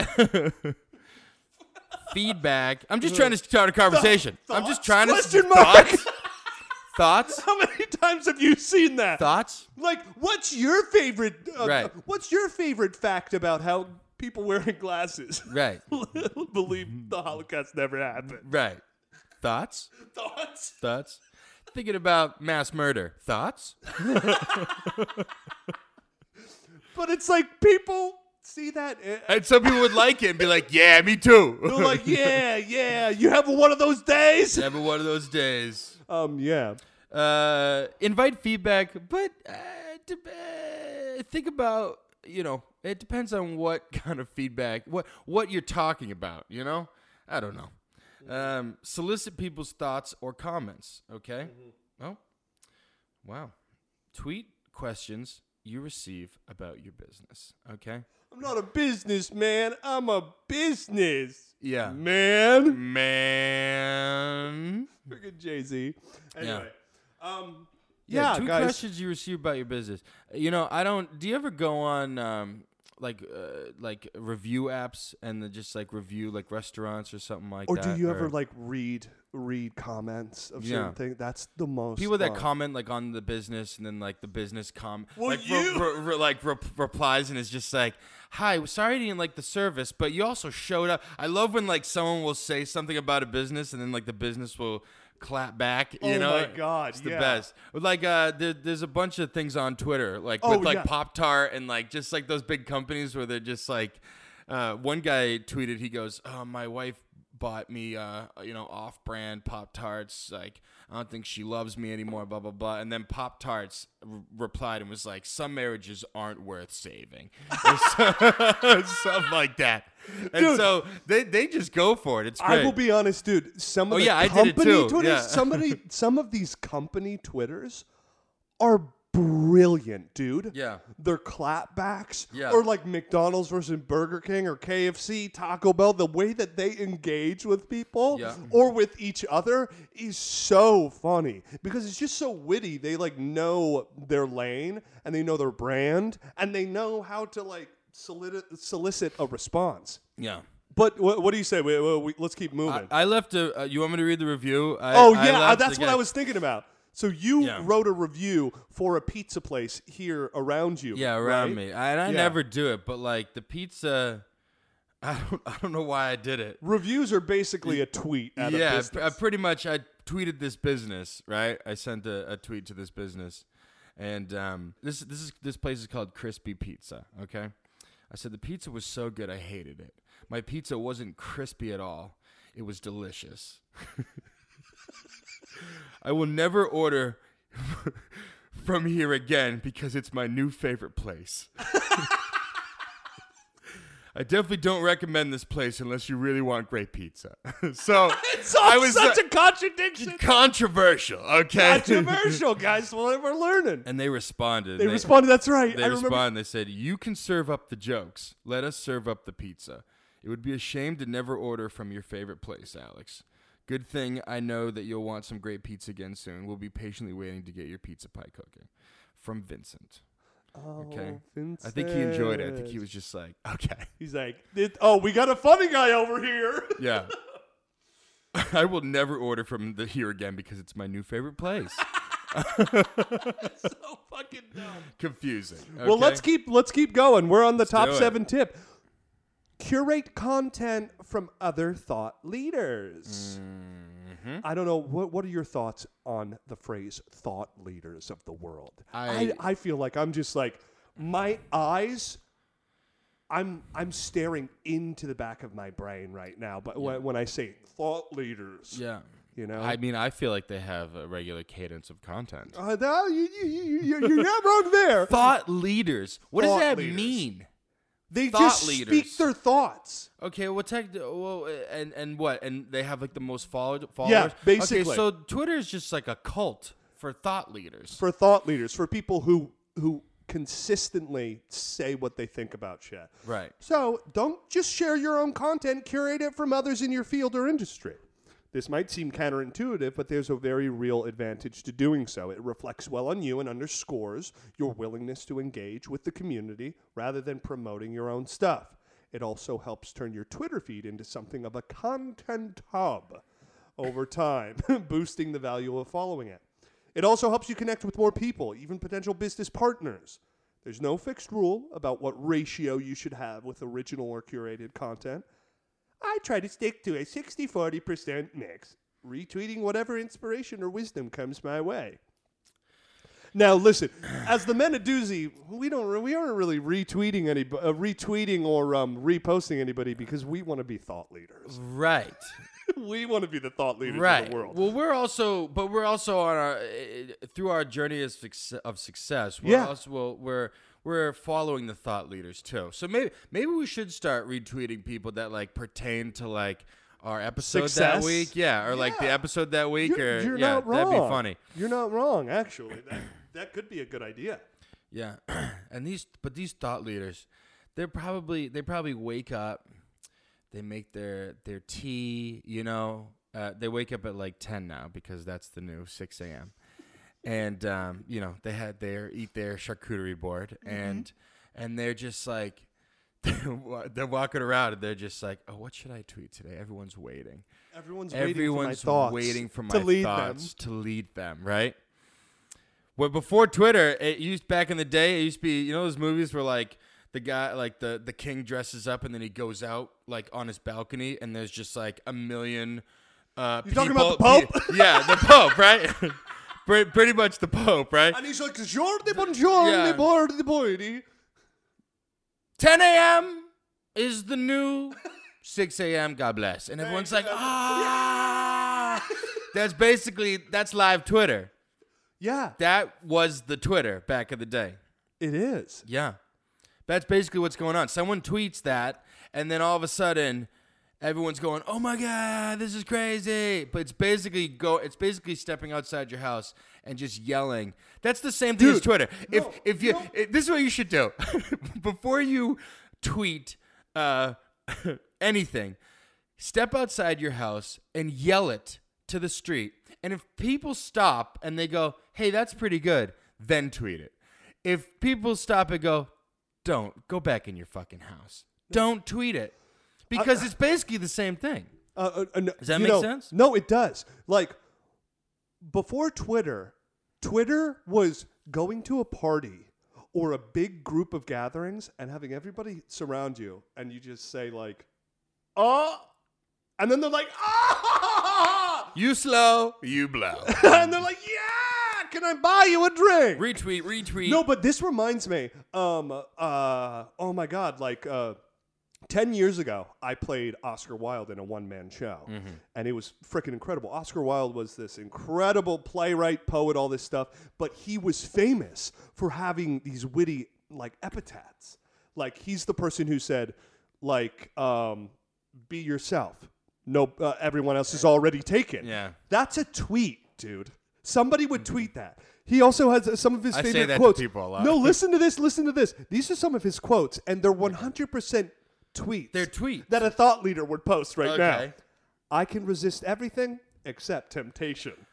[SPEAKER 1] Feedback. I'm just trying to start a conversation. I'm just trying to
[SPEAKER 2] Question mark.
[SPEAKER 1] thoughts. Thoughts.
[SPEAKER 2] How many times have you seen that?
[SPEAKER 1] Thoughts?
[SPEAKER 2] Like, what's your favorite? Uh,
[SPEAKER 1] Right.
[SPEAKER 2] What's your favorite fact about how people wearing glasses <laughs>
[SPEAKER 1] Right.
[SPEAKER 2] believe the Holocaust never happened?
[SPEAKER 1] Right. Thoughts?
[SPEAKER 2] Thoughts?
[SPEAKER 1] Thoughts? Thinking about mass murder. Thoughts?
[SPEAKER 2] But it's like people see that. uh,
[SPEAKER 1] And some people would like it and be like, "Yeah, me too."
[SPEAKER 2] They're like, yeah, yeah, you have one of those days.
[SPEAKER 1] Every one of those days.
[SPEAKER 2] Um, yeah.
[SPEAKER 1] uh, invite feedback, but uh, de- uh, think about you know it depends on what <laughs> kind of feedback, what what you're talking about. You know, I don't know. Um, solicit people's thoughts or comments. Okay. Oh, wow. Tweet questions you receive about your business. Okay.
[SPEAKER 2] I'm not a businessman. I'm a business
[SPEAKER 1] Yeah.
[SPEAKER 2] man.
[SPEAKER 1] Man.
[SPEAKER 2] Freaking Jay Z. Anyway, um,
[SPEAKER 1] Yeah,
[SPEAKER 2] yeah,
[SPEAKER 1] two
[SPEAKER 2] guys.
[SPEAKER 1] questions you receive about your business. You know, I don't. Do you ever go on um, like uh, like review apps and then just like review like restaurants or something like
[SPEAKER 2] Or
[SPEAKER 1] that.
[SPEAKER 2] do you ever like read read comments of
[SPEAKER 1] Yeah.
[SPEAKER 2] certain things? That's the most
[SPEAKER 1] people that
[SPEAKER 2] fun.
[SPEAKER 1] comment like on the business and then like the business com
[SPEAKER 2] uh, Well,
[SPEAKER 1] like
[SPEAKER 2] you-
[SPEAKER 1] re- re- like re- replies and is just like hi sorry you didn't like the service but you also showed up i love when like someone will say something about a business and then like the business will clap back you
[SPEAKER 2] Oh
[SPEAKER 1] know
[SPEAKER 2] my God,
[SPEAKER 1] it's the
[SPEAKER 2] yeah.
[SPEAKER 1] best like uh there, there's a bunch of things on twitter like
[SPEAKER 2] Oh,
[SPEAKER 1] with like
[SPEAKER 2] yeah.
[SPEAKER 1] pop tart and like just like those big companies where they're just like uh one guy tweeted he goes oh, my wife bought me uh you know off brand pop tarts like i don't think she loves me anymore blah blah blah and then pop tarts r- replied and was like some marriages aren't worth saving <laughs> or so- <laughs> something like that and
[SPEAKER 2] Dude.
[SPEAKER 1] so they they just go for it it's great
[SPEAKER 2] I will be honest, dude. Some of
[SPEAKER 1] Oh,
[SPEAKER 2] the
[SPEAKER 1] yeah, I did it
[SPEAKER 2] company
[SPEAKER 1] too,
[SPEAKER 2] Twitters,
[SPEAKER 1] yeah. <laughs>
[SPEAKER 2] somebody, some of these company Twitters are brilliant, dude.
[SPEAKER 1] Yeah.
[SPEAKER 2] They're clapbacks.
[SPEAKER 1] Yeah.
[SPEAKER 2] Or like McDonald's versus Burger King or KFC, Taco Bell. The way that they engage with people
[SPEAKER 1] Yeah.
[SPEAKER 2] or with each other is so funny because it's just so witty. They like know their lane and they know their brand and they know how to like solicit, solicit a response.
[SPEAKER 1] yeah
[SPEAKER 2] But what, what do you say? We, we, we- let's keep
[SPEAKER 1] I,
[SPEAKER 2] moving.
[SPEAKER 1] I left a. Uh, you want me to read the review? I,
[SPEAKER 2] oh
[SPEAKER 1] I
[SPEAKER 2] yeah,
[SPEAKER 1] left
[SPEAKER 2] that's
[SPEAKER 1] the
[SPEAKER 2] what
[SPEAKER 1] guy-
[SPEAKER 2] I was thinking about. So you
[SPEAKER 1] Yeah.
[SPEAKER 2] wrote a review for a pizza place here around you.
[SPEAKER 1] Yeah, around
[SPEAKER 2] right?
[SPEAKER 1] me, I, and I
[SPEAKER 2] Yeah.
[SPEAKER 1] never do it. But like the pizza, <laughs> I don't. I don't know why I did it.
[SPEAKER 2] Reviews are basically a tweet. At
[SPEAKER 1] yeah,
[SPEAKER 2] a
[SPEAKER 1] pr- I
[SPEAKER 2] business. <laughs>
[SPEAKER 1] pretty much I tweeted this business, right? I sent a, a tweet to this business, and um, this this is this place is called Crispy Pizza. Okay, I said the pizza was so good I hated it. My pizza wasn't crispy at all. It was delicious. I will never order <laughs> from here again because it's my new favorite place. <laughs> I definitely don't recommend this place unless you really want great pizza. <laughs> so
[SPEAKER 2] <laughs> It's all
[SPEAKER 1] I was
[SPEAKER 2] such
[SPEAKER 1] uh, <laughs>
[SPEAKER 2] a contradiction.
[SPEAKER 1] controversial, okay?
[SPEAKER 2] Controversial, guys. Well, we're learning.
[SPEAKER 1] <laughs> and they responded.
[SPEAKER 2] They, responded.
[SPEAKER 1] <laughs>
[SPEAKER 2] That's right.
[SPEAKER 1] They
[SPEAKER 2] I remember.
[SPEAKER 1] respond. They said, "You can serve up the jokes. Let us serve up the pizza. It would be a shame to never order from your favorite place, Alex. Good thing I know that you'll want some great pizza again soon. We'll be patiently waiting to get your pizza pie cooking." From Vincent. Okay. I think he enjoyed it. I think he
[SPEAKER 2] Oh, Vincent.
[SPEAKER 1] was just like, <laughs> okay.
[SPEAKER 2] He's like, "It- oh, we got a funny guy over here. <laughs>
[SPEAKER 1] Yeah. <laughs> I will never order from the here again because it's my new favorite
[SPEAKER 2] <laughs>
[SPEAKER 1] place.
[SPEAKER 2] so fucking dumb.
[SPEAKER 1] Confusing.
[SPEAKER 2] Well, let's
[SPEAKER 1] okay?
[SPEAKER 2] keep let's keep going. We're on the top
[SPEAKER 1] do it.
[SPEAKER 2] seven tip. Curate content from other thought leaders.
[SPEAKER 1] Mm-hmm.
[SPEAKER 2] I don't know what what are your thoughts on the phrase "thought leaders of the world." I
[SPEAKER 1] I-
[SPEAKER 2] I, feel like I'm just like my eyes. I'm I'm staring into the back of my brain right now. But when, when I say thought leaders,
[SPEAKER 1] Yeah.
[SPEAKER 2] you know,
[SPEAKER 1] I mean, I feel like they have a regular cadence of content.
[SPEAKER 2] uh, no, you, you, you, you- you're not wrong
[SPEAKER 1] <laughs>
[SPEAKER 2] there.
[SPEAKER 1] Thought leaders. What does
[SPEAKER 2] Thought
[SPEAKER 1] that
[SPEAKER 2] leaders.
[SPEAKER 1] mean?
[SPEAKER 2] they
[SPEAKER 1] thought
[SPEAKER 2] just
[SPEAKER 1] leaders.
[SPEAKER 2] speak their thoughts.
[SPEAKER 1] Okay, well, tech, well, uh, and and what? And they have like the most followed followers. Okay,
[SPEAKER 2] basically.
[SPEAKER 1] so Twitter is just like a cult for thought leaders.
[SPEAKER 2] for thought leaders, for people who who consistently say what they think about shit.
[SPEAKER 1] right.
[SPEAKER 2] So don't just share your own content, curate it from others in your field or industry. This might seem counterintuitive, but there's a very real advantage to doing so. It reflects well on you and underscores your willingness to engage with the community rather than promoting your own stuff. It also helps turn your Twitter feed into something of a content hub over time, <laughs> boosting the value of following it. It also helps you connect with more people, even potential business partners. There's no fixed rule about what ratio you should have with original or curated content. I try to stick to a 60 40% mix, retweeting whatever inspiration or wisdom comes my way.
[SPEAKER 1] <sighs>
[SPEAKER 2] Now listen, as the men of Doozy, we don't re- we aren't really retweeting any uh, retweeting or um, reposting anybody because we want to be thought leaders. <laughs>
[SPEAKER 1] Right.
[SPEAKER 2] we want to be the thought leaders
[SPEAKER 1] Mm. Right.
[SPEAKER 2] of the world.
[SPEAKER 1] Well, we're also, but we're also on our uh, through our journey of success. Of success we're
[SPEAKER 2] Yeah.
[SPEAKER 1] Also, well, we're we're following the thought leaders too. So maybe maybe we should start retweeting people that like pertain to like our episode
[SPEAKER 2] Success.
[SPEAKER 1] that week. Yeah, or like the
[SPEAKER 2] Yeah.
[SPEAKER 1] episode that week.
[SPEAKER 2] You're,
[SPEAKER 1] or
[SPEAKER 2] you're
[SPEAKER 1] yeah,
[SPEAKER 2] not
[SPEAKER 1] that'd
[SPEAKER 2] wrong.
[SPEAKER 1] be funny.
[SPEAKER 2] You're not wrong, actually.
[SPEAKER 1] <coughs>
[SPEAKER 2] That, that could be a good idea.
[SPEAKER 1] Yeah, <clears throat> and these but these thought leaders, they're probably they probably wake up, they make their their tea. You know, uh, they wake up at like ten now because that's the new six a.m. And um, you know they had their eat their charcuterie board and and they're just like <laughs> they're walking around and they're just like, oh, what should I tweet today? Everyone's waiting.
[SPEAKER 2] Everyone's
[SPEAKER 1] Everyone's waiting for my
[SPEAKER 2] to lead
[SPEAKER 1] thoughts to lead them, right? Well, before Twitter, it used back in the day. It used to be, you know, those movies where like the guy, like the the king dresses up and then he goes out like on his balcony, and there's just like a million. Uh,
[SPEAKER 2] You talking about
[SPEAKER 1] people-
[SPEAKER 2] the Pope?
[SPEAKER 1] pe- <laughs> Yeah, the Pope, right? <laughs> Pre- Pretty much the Pope, right?
[SPEAKER 2] them. And he's like, Jordi, buongiorno,
[SPEAKER 1] Yeah.
[SPEAKER 2] bordi, bordi.
[SPEAKER 1] 10 a.m. is the new 6 a.m. God bless. And everyone's like, ah. That's basically that's live Twitter.
[SPEAKER 2] Yeah,
[SPEAKER 1] That was the Twitter back in the day.
[SPEAKER 2] it is.
[SPEAKER 1] Yeah. That's basically what's going on. Someone tweets that, and then all of a sudden, everyone's going, "Oh my god, this is crazy!" But it's basically go. It's basically stepping outside your house and just yelling. That's the same thing as
[SPEAKER 2] Dude,
[SPEAKER 1] Twitter. if
[SPEAKER 2] no,
[SPEAKER 1] if you
[SPEAKER 2] no.
[SPEAKER 1] if- this is what you should do <laughs> before you tweet uh, <laughs> anything, step outside your house and yell it to the street. And if people stop and they go, "Hey, that's pretty good," then tweet it. If people stop and go, "Don't go back in your fucking house," don't tweet it because it's basically the same thing.
[SPEAKER 2] Uh, uh, uh, no,
[SPEAKER 1] Does that
[SPEAKER 2] you
[SPEAKER 1] make
[SPEAKER 2] know-
[SPEAKER 1] sense?
[SPEAKER 2] No, it does. Like before Twitter, Twitter was going to a party or a big group of gatherings and having everybody surround you, and you just say like, "Oh," and then they're like, <laughs> "Ah!"
[SPEAKER 1] You slow, you blow.
[SPEAKER 2] and they're like, "Yeah, can I buy you a
[SPEAKER 1] <laughs>
[SPEAKER 2] drink?"
[SPEAKER 1] retweet, retweet.
[SPEAKER 2] No, but this reminds me. Um, uh, oh my God! Like, uh, ten years ago, I played Oscar Wilde in a one-man show, and it was freaking incredible. Oscar Wilde was this incredible playwright, poet, all this stuff, but he was famous for having these witty like epithets. Like, he's the person who said, like, um, "Be yourself." No, uh, everyone else is already taken.
[SPEAKER 1] Yeah.
[SPEAKER 2] that's a tweet, dude. Somebody would tweet that. He also has uh, some of his
[SPEAKER 1] I say
[SPEAKER 2] favorite
[SPEAKER 1] that to
[SPEAKER 2] quotes.
[SPEAKER 1] people a lot.
[SPEAKER 2] No, listen to this. Listen to this. These are some of his quotes, and they're 100% tweets.
[SPEAKER 1] They're tweets.
[SPEAKER 2] That a thought leader would post right now.
[SPEAKER 1] Okay.
[SPEAKER 2] I can resist everything except temptation.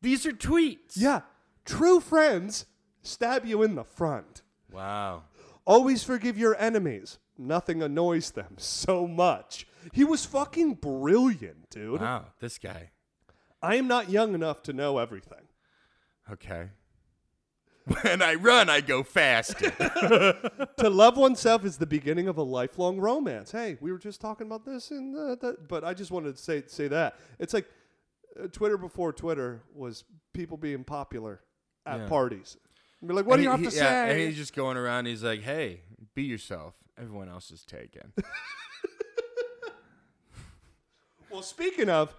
[SPEAKER 1] These are tweets.
[SPEAKER 2] Yeah. True friends stab you in the front.
[SPEAKER 1] Wow.
[SPEAKER 2] Always forgive your enemies. Nothing annoys them <laughs> so much. He was fucking brilliant, dude.
[SPEAKER 1] Wow. This guy.
[SPEAKER 2] I am not young enough to know everything.
[SPEAKER 1] Okay. When I run, I go faster.
[SPEAKER 2] to love oneself is the beginning of a lifelong romance. Hey, we were just talking about this, and uh, that, but I just wanted to say say that it's like uh, Twitter before Twitter was people being popular at parties. Be like, what do you have
[SPEAKER 1] he-
[SPEAKER 2] to
[SPEAKER 1] he- yeah,
[SPEAKER 2] say?
[SPEAKER 1] And he's just going around. He's like, "Hey, be yourself. Everyone else is taken."
[SPEAKER 2] well, speaking of,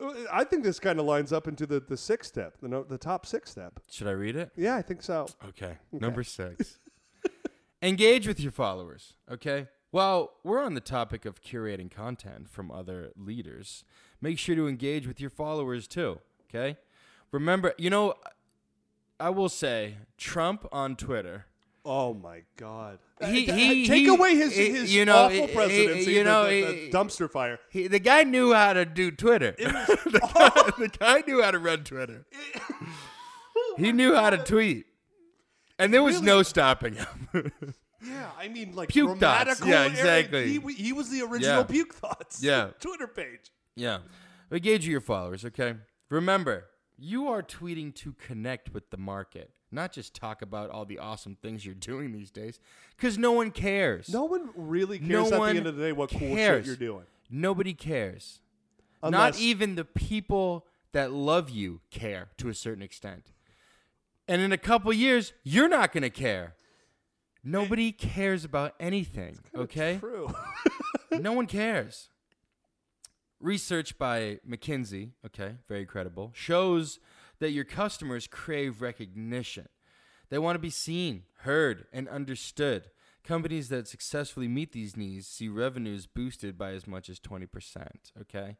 [SPEAKER 2] uh, I think this kind of lines up into the the sixth step, the no, the top six step.
[SPEAKER 1] Should I read it?
[SPEAKER 2] Yeah, I think so.
[SPEAKER 1] Okay. Number six. Engage with your followers. Okay. While we're on the topic of curating content from other leaders, make sure to engage with your followers too. Okay. Remember, you know, I will say Trump on Twitter.
[SPEAKER 2] Oh my God!
[SPEAKER 1] He-
[SPEAKER 2] Uh,
[SPEAKER 1] he-
[SPEAKER 2] take
[SPEAKER 1] he-
[SPEAKER 2] away his,
[SPEAKER 1] he-
[SPEAKER 2] his
[SPEAKER 1] you know,
[SPEAKER 2] awful
[SPEAKER 1] he- he-
[SPEAKER 2] presidency,
[SPEAKER 1] you
[SPEAKER 2] the-
[SPEAKER 1] know,
[SPEAKER 2] the- the
[SPEAKER 1] he-
[SPEAKER 2] dumpster fire.
[SPEAKER 1] He, the guy knew how to do Twitter. <laughs> the, guy, the guy knew how to run Twitter. he knew how to tweet. And there was no stopping him. <laughs>
[SPEAKER 2] Yeah, I mean, like
[SPEAKER 1] Puke thoughts.
[SPEAKER 2] grammatical
[SPEAKER 1] Yeah,
[SPEAKER 2] error.
[SPEAKER 1] exactly.
[SPEAKER 2] He, w- he was the original
[SPEAKER 1] Yeah.
[SPEAKER 2] puke thoughts.
[SPEAKER 1] Yeah.
[SPEAKER 2] <laughs> Twitter page.
[SPEAKER 1] yeah. Engage your followers, okay? Remember, you are tweeting to connect with the market, not just talk about all the awesome things you're doing these days, because no one cares.
[SPEAKER 2] No one really cares
[SPEAKER 1] No
[SPEAKER 2] at the
[SPEAKER 1] one
[SPEAKER 2] end of the day what cool shit
[SPEAKER 1] cares.
[SPEAKER 2] you're doing.
[SPEAKER 1] Nobody cares.
[SPEAKER 2] Unless,
[SPEAKER 1] Not even the people that love you care to a certain extent. And in a couple years, you're not going to care. Nobody cares about anything, okay?
[SPEAKER 2] True.
[SPEAKER 1] no one cares. Research by McKinsey, okay, very credible, shows that your customers crave recognition. They want to be seen, heard, and understood. Companies that successfully meet these needs see revenues boosted by as much as 20%, okay?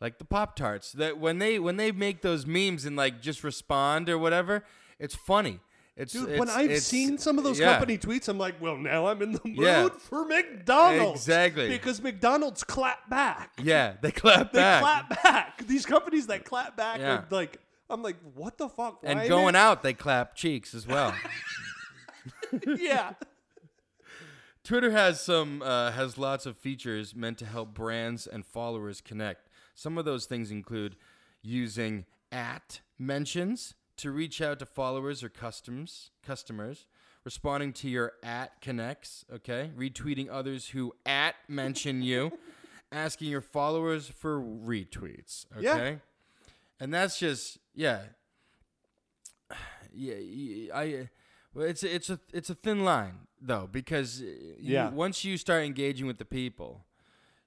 [SPEAKER 1] Like the Pop Tarts that when they when they make those memes and like just respond or whatever, it's funny. It's
[SPEAKER 2] Dude, when
[SPEAKER 1] it's-
[SPEAKER 2] I've
[SPEAKER 1] it's-
[SPEAKER 2] seen some of those
[SPEAKER 1] yeah.
[SPEAKER 2] company tweets, I'm like, well, now I'm in the mood
[SPEAKER 1] Yeah.
[SPEAKER 2] for McDonald's.
[SPEAKER 1] Exactly.
[SPEAKER 2] Because McDonald's clap back.
[SPEAKER 1] Yeah, they clap
[SPEAKER 2] They
[SPEAKER 1] back.
[SPEAKER 2] clap back. <laughs> These companies that clap back
[SPEAKER 1] Yeah.
[SPEAKER 2] are like, I'm like, what the fuck? Why
[SPEAKER 1] and
[SPEAKER 2] am <laughs>
[SPEAKER 1] going
[SPEAKER 2] I-
[SPEAKER 1] out, they clap cheeks as well.
[SPEAKER 2] Yeah.
[SPEAKER 1] <laughs> Twitter has some uh, has lots of features meant to help brands and followers connect. Some of those things include using at mentions to reach out to followers or customers customers, responding to your at connects, okay, retweeting others who at mention <laughs> you, asking your followers for retweets, okay,
[SPEAKER 2] Yeah.
[SPEAKER 1] and that's just yeah, yeah, y- I. Well, it's a- it's a it's a thin line though because uh, you,
[SPEAKER 2] Yeah.
[SPEAKER 1] once you start engaging with the people,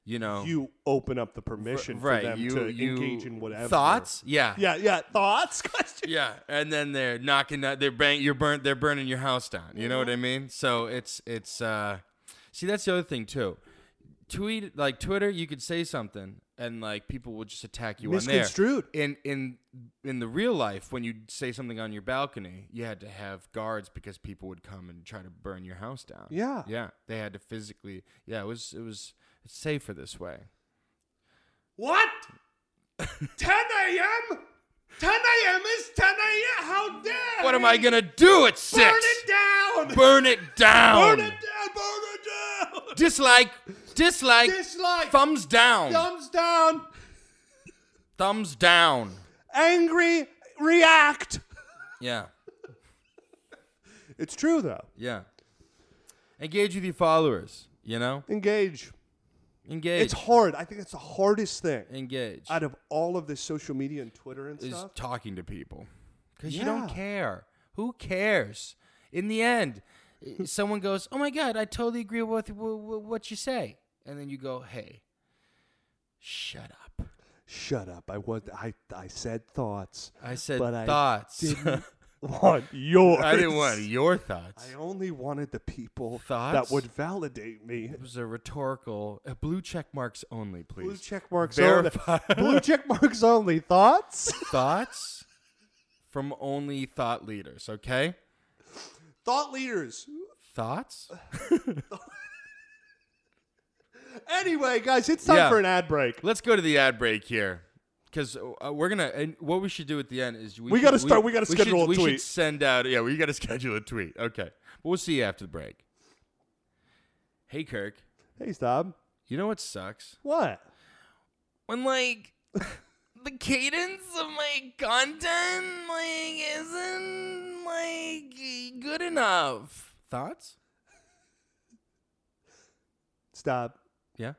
[SPEAKER 1] you know,
[SPEAKER 2] You open up the permission
[SPEAKER 1] right,
[SPEAKER 2] for them
[SPEAKER 1] you
[SPEAKER 2] to
[SPEAKER 1] you
[SPEAKER 2] engage in whatever
[SPEAKER 1] thoughts, yeah,
[SPEAKER 2] Yeah, yeah, thoughts. <laughs> Question.
[SPEAKER 1] yeah, and then they're knocking that they're bang you're burnt they're burning your house down. You know what I
[SPEAKER 2] Mm-hmm.
[SPEAKER 1] mean? So it's it's uh see that's the other thing too. Tweet like Twitter, you could say something and like people will just attack you on there.
[SPEAKER 2] Misconstrued.
[SPEAKER 1] In in in the real life, when you say something on your balcony, you had to have guards because people would come and try to burn your house down.
[SPEAKER 2] Yeah.
[SPEAKER 1] Yeah. They had to physically yeah, it was it was it's safer this way.
[SPEAKER 2] What? 10 a.m. 10 a.m. is 10 a.m. How dare?
[SPEAKER 1] What am I
[SPEAKER 2] you?
[SPEAKER 1] gonna do at six?
[SPEAKER 2] Burn it down.
[SPEAKER 1] Burn it down.
[SPEAKER 2] Burn it down. Burn it down.
[SPEAKER 1] Dislike. Dislike.
[SPEAKER 2] Dislike.
[SPEAKER 1] Thumbs down.
[SPEAKER 2] Thumbs down.
[SPEAKER 1] Thumbs down.
[SPEAKER 2] Angry. React.
[SPEAKER 1] Yeah.
[SPEAKER 2] It's true though.
[SPEAKER 1] Yeah. Engage with your followers. You know.
[SPEAKER 2] Engage.
[SPEAKER 1] Engage.
[SPEAKER 2] It's hard. I think that's the hardest thing
[SPEAKER 1] Engage.
[SPEAKER 2] out of all of this social media and Twitter and
[SPEAKER 1] Is
[SPEAKER 2] stuff.
[SPEAKER 1] talking to people because you don't
[SPEAKER 2] Yeah.
[SPEAKER 1] care. Who cares? In the end, i- someone goes, "Oh my god, I totally agree with w- w- what you say," and then you go, "Hey, shut up."
[SPEAKER 2] Shut up. I was I I said thoughts.
[SPEAKER 1] I said
[SPEAKER 2] but I
[SPEAKER 1] thoughts.
[SPEAKER 2] didn't want yours.
[SPEAKER 1] <laughs> I didn't
[SPEAKER 2] <laughs>
[SPEAKER 1] want your thoughts.
[SPEAKER 2] I only wanted the people
[SPEAKER 1] Thoughts?
[SPEAKER 2] that would validate me.
[SPEAKER 1] It was a rhetorical. Uh, blue check marks only, please.
[SPEAKER 2] Blue check marks
[SPEAKER 1] Verify.
[SPEAKER 2] only. Blue check marks
[SPEAKER 1] <laughs>
[SPEAKER 2] only. Thoughts?
[SPEAKER 1] Thoughts from only thought leaders, okay?
[SPEAKER 2] Thought leaders.
[SPEAKER 1] Thoughts?
[SPEAKER 2] Anyway, guys, it's time
[SPEAKER 1] Yeah.
[SPEAKER 2] for an ad break.
[SPEAKER 1] Let's go to the ad break here. Because uh, we're gonna, and what we should do at the end is we,
[SPEAKER 2] We
[SPEAKER 1] should-
[SPEAKER 2] gotta start- we gotta
[SPEAKER 1] should-
[SPEAKER 2] schedule a
[SPEAKER 1] we should
[SPEAKER 2] tweet.
[SPEAKER 1] send out, yeah, we gotta <laughs> schedule a tweet. Okay, we'll see you after the break. Hey Kirk,
[SPEAKER 2] Hey, Stob.
[SPEAKER 1] you know what sucks?
[SPEAKER 2] What?
[SPEAKER 1] when like <laughs> the cadence of my content like isn't like good enough. Thoughts?
[SPEAKER 2] Stop.
[SPEAKER 1] Yeah.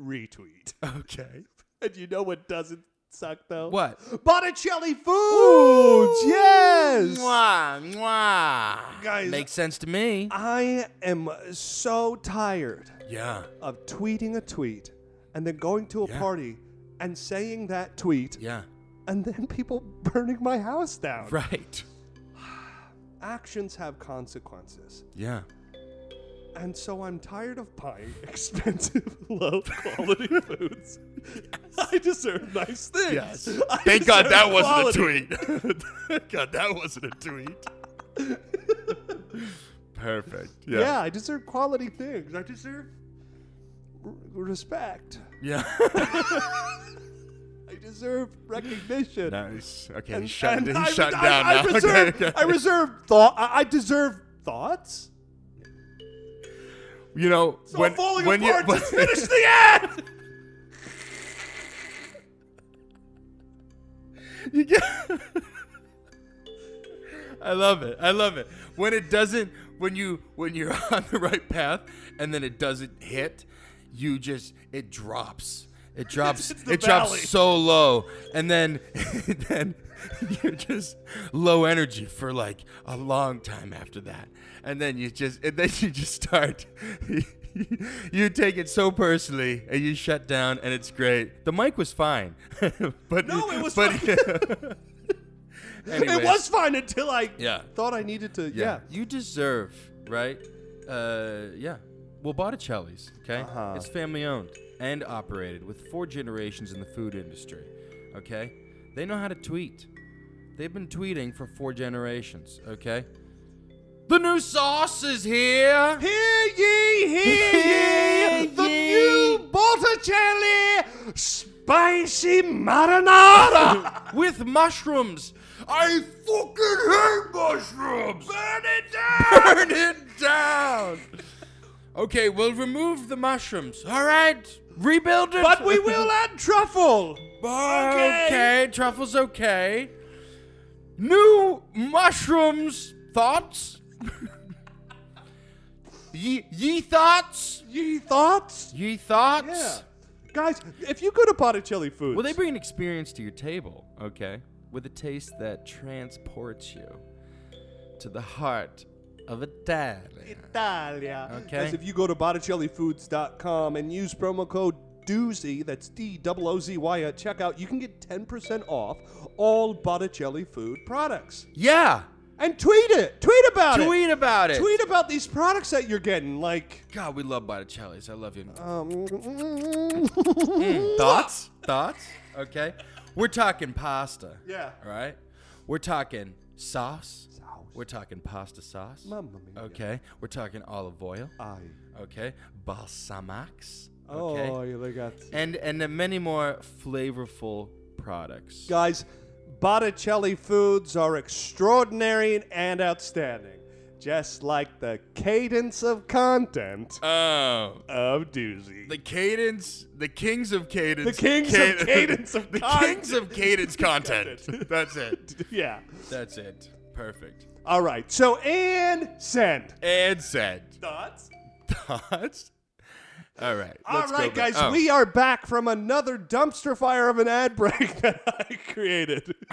[SPEAKER 2] Retweet.
[SPEAKER 1] Okay.
[SPEAKER 2] And you know what doesn't suck though?
[SPEAKER 1] What?
[SPEAKER 2] Botticelli foods. Yes.
[SPEAKER 1] Mwah, mwah.
[SPEAKER 2] Guys-
[SPEAKER 1] makes sense to me.
[SPEAKER 2] I am so tired
[SPEAKER 1] Yeah.
[SPEAKER 2] of tweeting a tweet and then going to a
[SPEAKER 1] Yeah.
[SPEAKER 2] party and saying that tweet
[SPEAKER 1] Yeah.
[SPEAKER 2] and then people <laughs> burning my house down.
[SPEAKER 1] Right.
[SPEAKER 2] Actions have consequences.
[SPEAKER 1] Yeah.
[SPEAKER 2] And so I'm tired of buying <laughs> expensive, <laughs>
[SPEAKER 1] <laughs>
[SPEAKER 2] low quality foods. I deserve nice things.
[SPEAKER 1] Yes.
[SPEAKER 2] I
[SPEAKER 1] <laughs> Thank God
[SPEAKER 2] deserve
[SPEAKER 1] that wasn't
[SPEAKER 2] quality.
[SPEAKER 1] a <laughs> tweet. God, that wasn't a tweet. <laughs> Perfect.
[SPEAKER 2] Yeah. I deserve quality things. I deserve r- respect.
[SPEAKER 1] Yeah.
[SPEAKER 2] I deserve
[SPEAKER 1] <laughs>
[SPEAKER 2] recognition.
[SPEAKER 1] nice. Okay,
[SPEAKER 2] And-
[SPEAKER 1] he's shut,
[SPEAKER 2] and
[SPEAKER 1] he's
[SPEAKER 2] I,
[SPEAKER 1] shut
[SPEAKER 2] I-
[SPEAKER 1] down
[SPEAKER 2] I
[SPEAKER 1] now. <laughs> Okay,
[SPEAKER 2] reserve,
[SPEAKER 1] okay.
[SPEAKER 2] I reserve thought. I, I deserve thoughts.
[SPEAKER 1] You know,
[SPEAKER 2] So
[SPEAKER 1] when,
[SPEAKER 2] I'm falling
[SPEAKER 1] when
[SPEAKER 2] apart.
[SPEAKER 1] <laughs> you,
[SPEAKER 2] Just finish the ad.
[SPEAKER 1] you get, I love it. I love it. When it doesn't, when you when you're <laughs> on the right path and then it doesn't hit, you just it drops. It
[SPEAKER 2] <laughs>
[SPEAKER 1] drops.
[SPEAKER 2] hits the
[SPEAKER 1] it
[SPEAKER 2] valley.
[SPEAKER 1] drops so low, and then <laughs> then you're just low energy for like a long time after that, and then you just and then you just start. <laughs> You take it so personally, and you shut down, and it's great. The mic was fine, <laughs> but
[SPEAKER 2] No, it was
[SPEAKER 1] but,
[SPEAKER 2] fine. <laughs>
[SPEAKER 1] <laughs> Anyways.
[SPEAKER 2] It was fine until I
[SPEAKER 1] Yeah.
[SPEAKER 2] thought I needed to.
[SPEAKER 1] Yeah.
[SPEAKER 2] Yeah.
[SPEAKER 1] You deserve, right? Uh, yeah. Well, Botticelli's, okay?
[SPEAKER 2] Uh-huh.
[SPEAKER 1] It's family owned and operated with four generations in the food industry, okay? They know how to tweet. They've been tweeting for four generations, okay? The new sauce is here!
[SPEAKER 2] Hear ye, hear ye,
[SPEAKER 1] Hear
[SPEAKER 2] the
[SPEAKER 1] ye.
[SPEAKER 2] new Botticelli
[SPEAKER 1] <laughs>
[SPEAKER 2] spicy marinara.
[SPEAKER 1] With mushrooms! I fucking hate mushrooms! <laughs>
[SPEAKER 2] Burn it down.
[SPEAKER 1] Burn it down! Okay, we'll remove the mushrooms. All right, rebuild it.
[SPEAKER 2] But
[SPEAKER 1] <laughs>
[SPEAKER 2] we will add truffle.
[SPEAKER 1] Okay. okay, truffle's okay. New mushrooms thoughts. <laughs> ye ye thoughts.
[SPEAKER 2] Ye thoughts?
[SPEAKER 1] Ye thoughts.
[SPEAKER 2] Yeah. Guys, if you go to Botticelli Foods,
[SPEAKER 1] Well, they bring an experience to your table, okay? With a taste that transports you to the heart of Italy.
[SPEAKER 2] Italia.
[SPEAKER 1] Okay.
[SPEAKER 2] As if you go to BotticelliFoods.com and use promo code Doozy, that's D O O Z Y at checkout, you can get 10% off all Botticelli food products.
[SPEAKER 1] Yeah.
[SPEAKER 2] And tweet it. Tweet about it.
[SPEAKER 1] Tweet about it.
[SPEAKER 2] Tweet about these products that you're getting. Like,
[SPEAKER 1] God, we love Botticelli's. I love you.
[SPEAKER 2] um,
[SPEAKER 1] Mm.
[SPEAKER 2] Uh,
[SPEAKER 1] Thoughts? Thoughts? Okay. We're talking pasta.
[SPEAKER 2] Yeah.
[SPEAKER 1] All right. We're talking sauce. We're talking pasta sauce.
[SPEAKER 2] <laughs> Mamma mia.
[SPEAKER 1] Okay. We're talking olive oil.
[SPEAKER 2] Aye.
[SPEAKER 1] Okay. Balsamax. Okay.
[SPEAKER 2] Oh, yeah, they got.
[SPEAKER 1] And and then many more flavorful products.
[SPEAKER 2] Guys, Botticelli foods are extraordinary and outstanding, just like the cadence of content
[SPEAKER 1] Oh.
[SPEAKER 2] of Doozy.
[SPEAKER 1] The cadence, the kings of cadence,
[SPEAKER 2] The kings
[SPEAKER 1] <laughs>
[SPEAKER 2] of cadence of
[SPEAKER 1] the kings of
[SPEAKER 2] <laughs>
[SPEAKER 1] cadence content. <laughs> That's it.
[SPEAKER 2] yeah.
[SPEAKER 1] That's it. Perfect.
[SPEAKER 2] All right. So, and send.
[SPEAKER 1] And said <laughs>
[SPEAKER 2] Thoughts?
[SPEAKER 1] thoughts. All right.
[SPEAKER 2] All
[SPEAKER 1] let's go
[SPEAKER 2] right,
[SPEAKER 1] back-
[SPEAKER 2] guys,
[SPEAKER 1] oh.
[SPEAKER 2] we are back from another dumpster fire of an ad break <laughs> that I created. <laughs>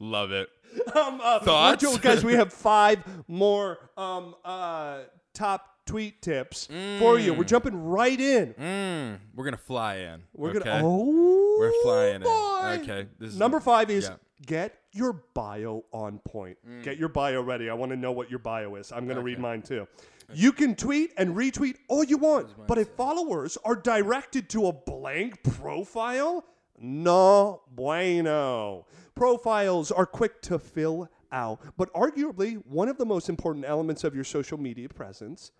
[SPEAKER 1] love it.
[SPEAKER 2] Um, uh,
[SPEAKER 1] Thoughts?
[SPEAKER 2] we're doing- guys, we have five more um, uh, top tweet tips for you. We're jumping right in.
[SPEAKER 1] Mm, we're gonna fly in.
[SPEAKER 2] We're
[SPEAKER 1] okay?
[SPEAKER 2] gonna. Oh,
[SPEAKER 1] We're flying in.
[SPEAKER 2] boy.
[SPEAKER 1] Okay. This is
[SPEAKER 2] Number five is
[SPEAKER 1] yeah. Mm.
[SPEAKER 2] get your bio on point. Get your bio ready. I want to know what your bio is. I'm going to read mine too. You can tweet and retweet all you want, but if followers are directed to a blank profile, no bueno. Profiles are quick to fill out, but arguably one of the most important elements of your social media presence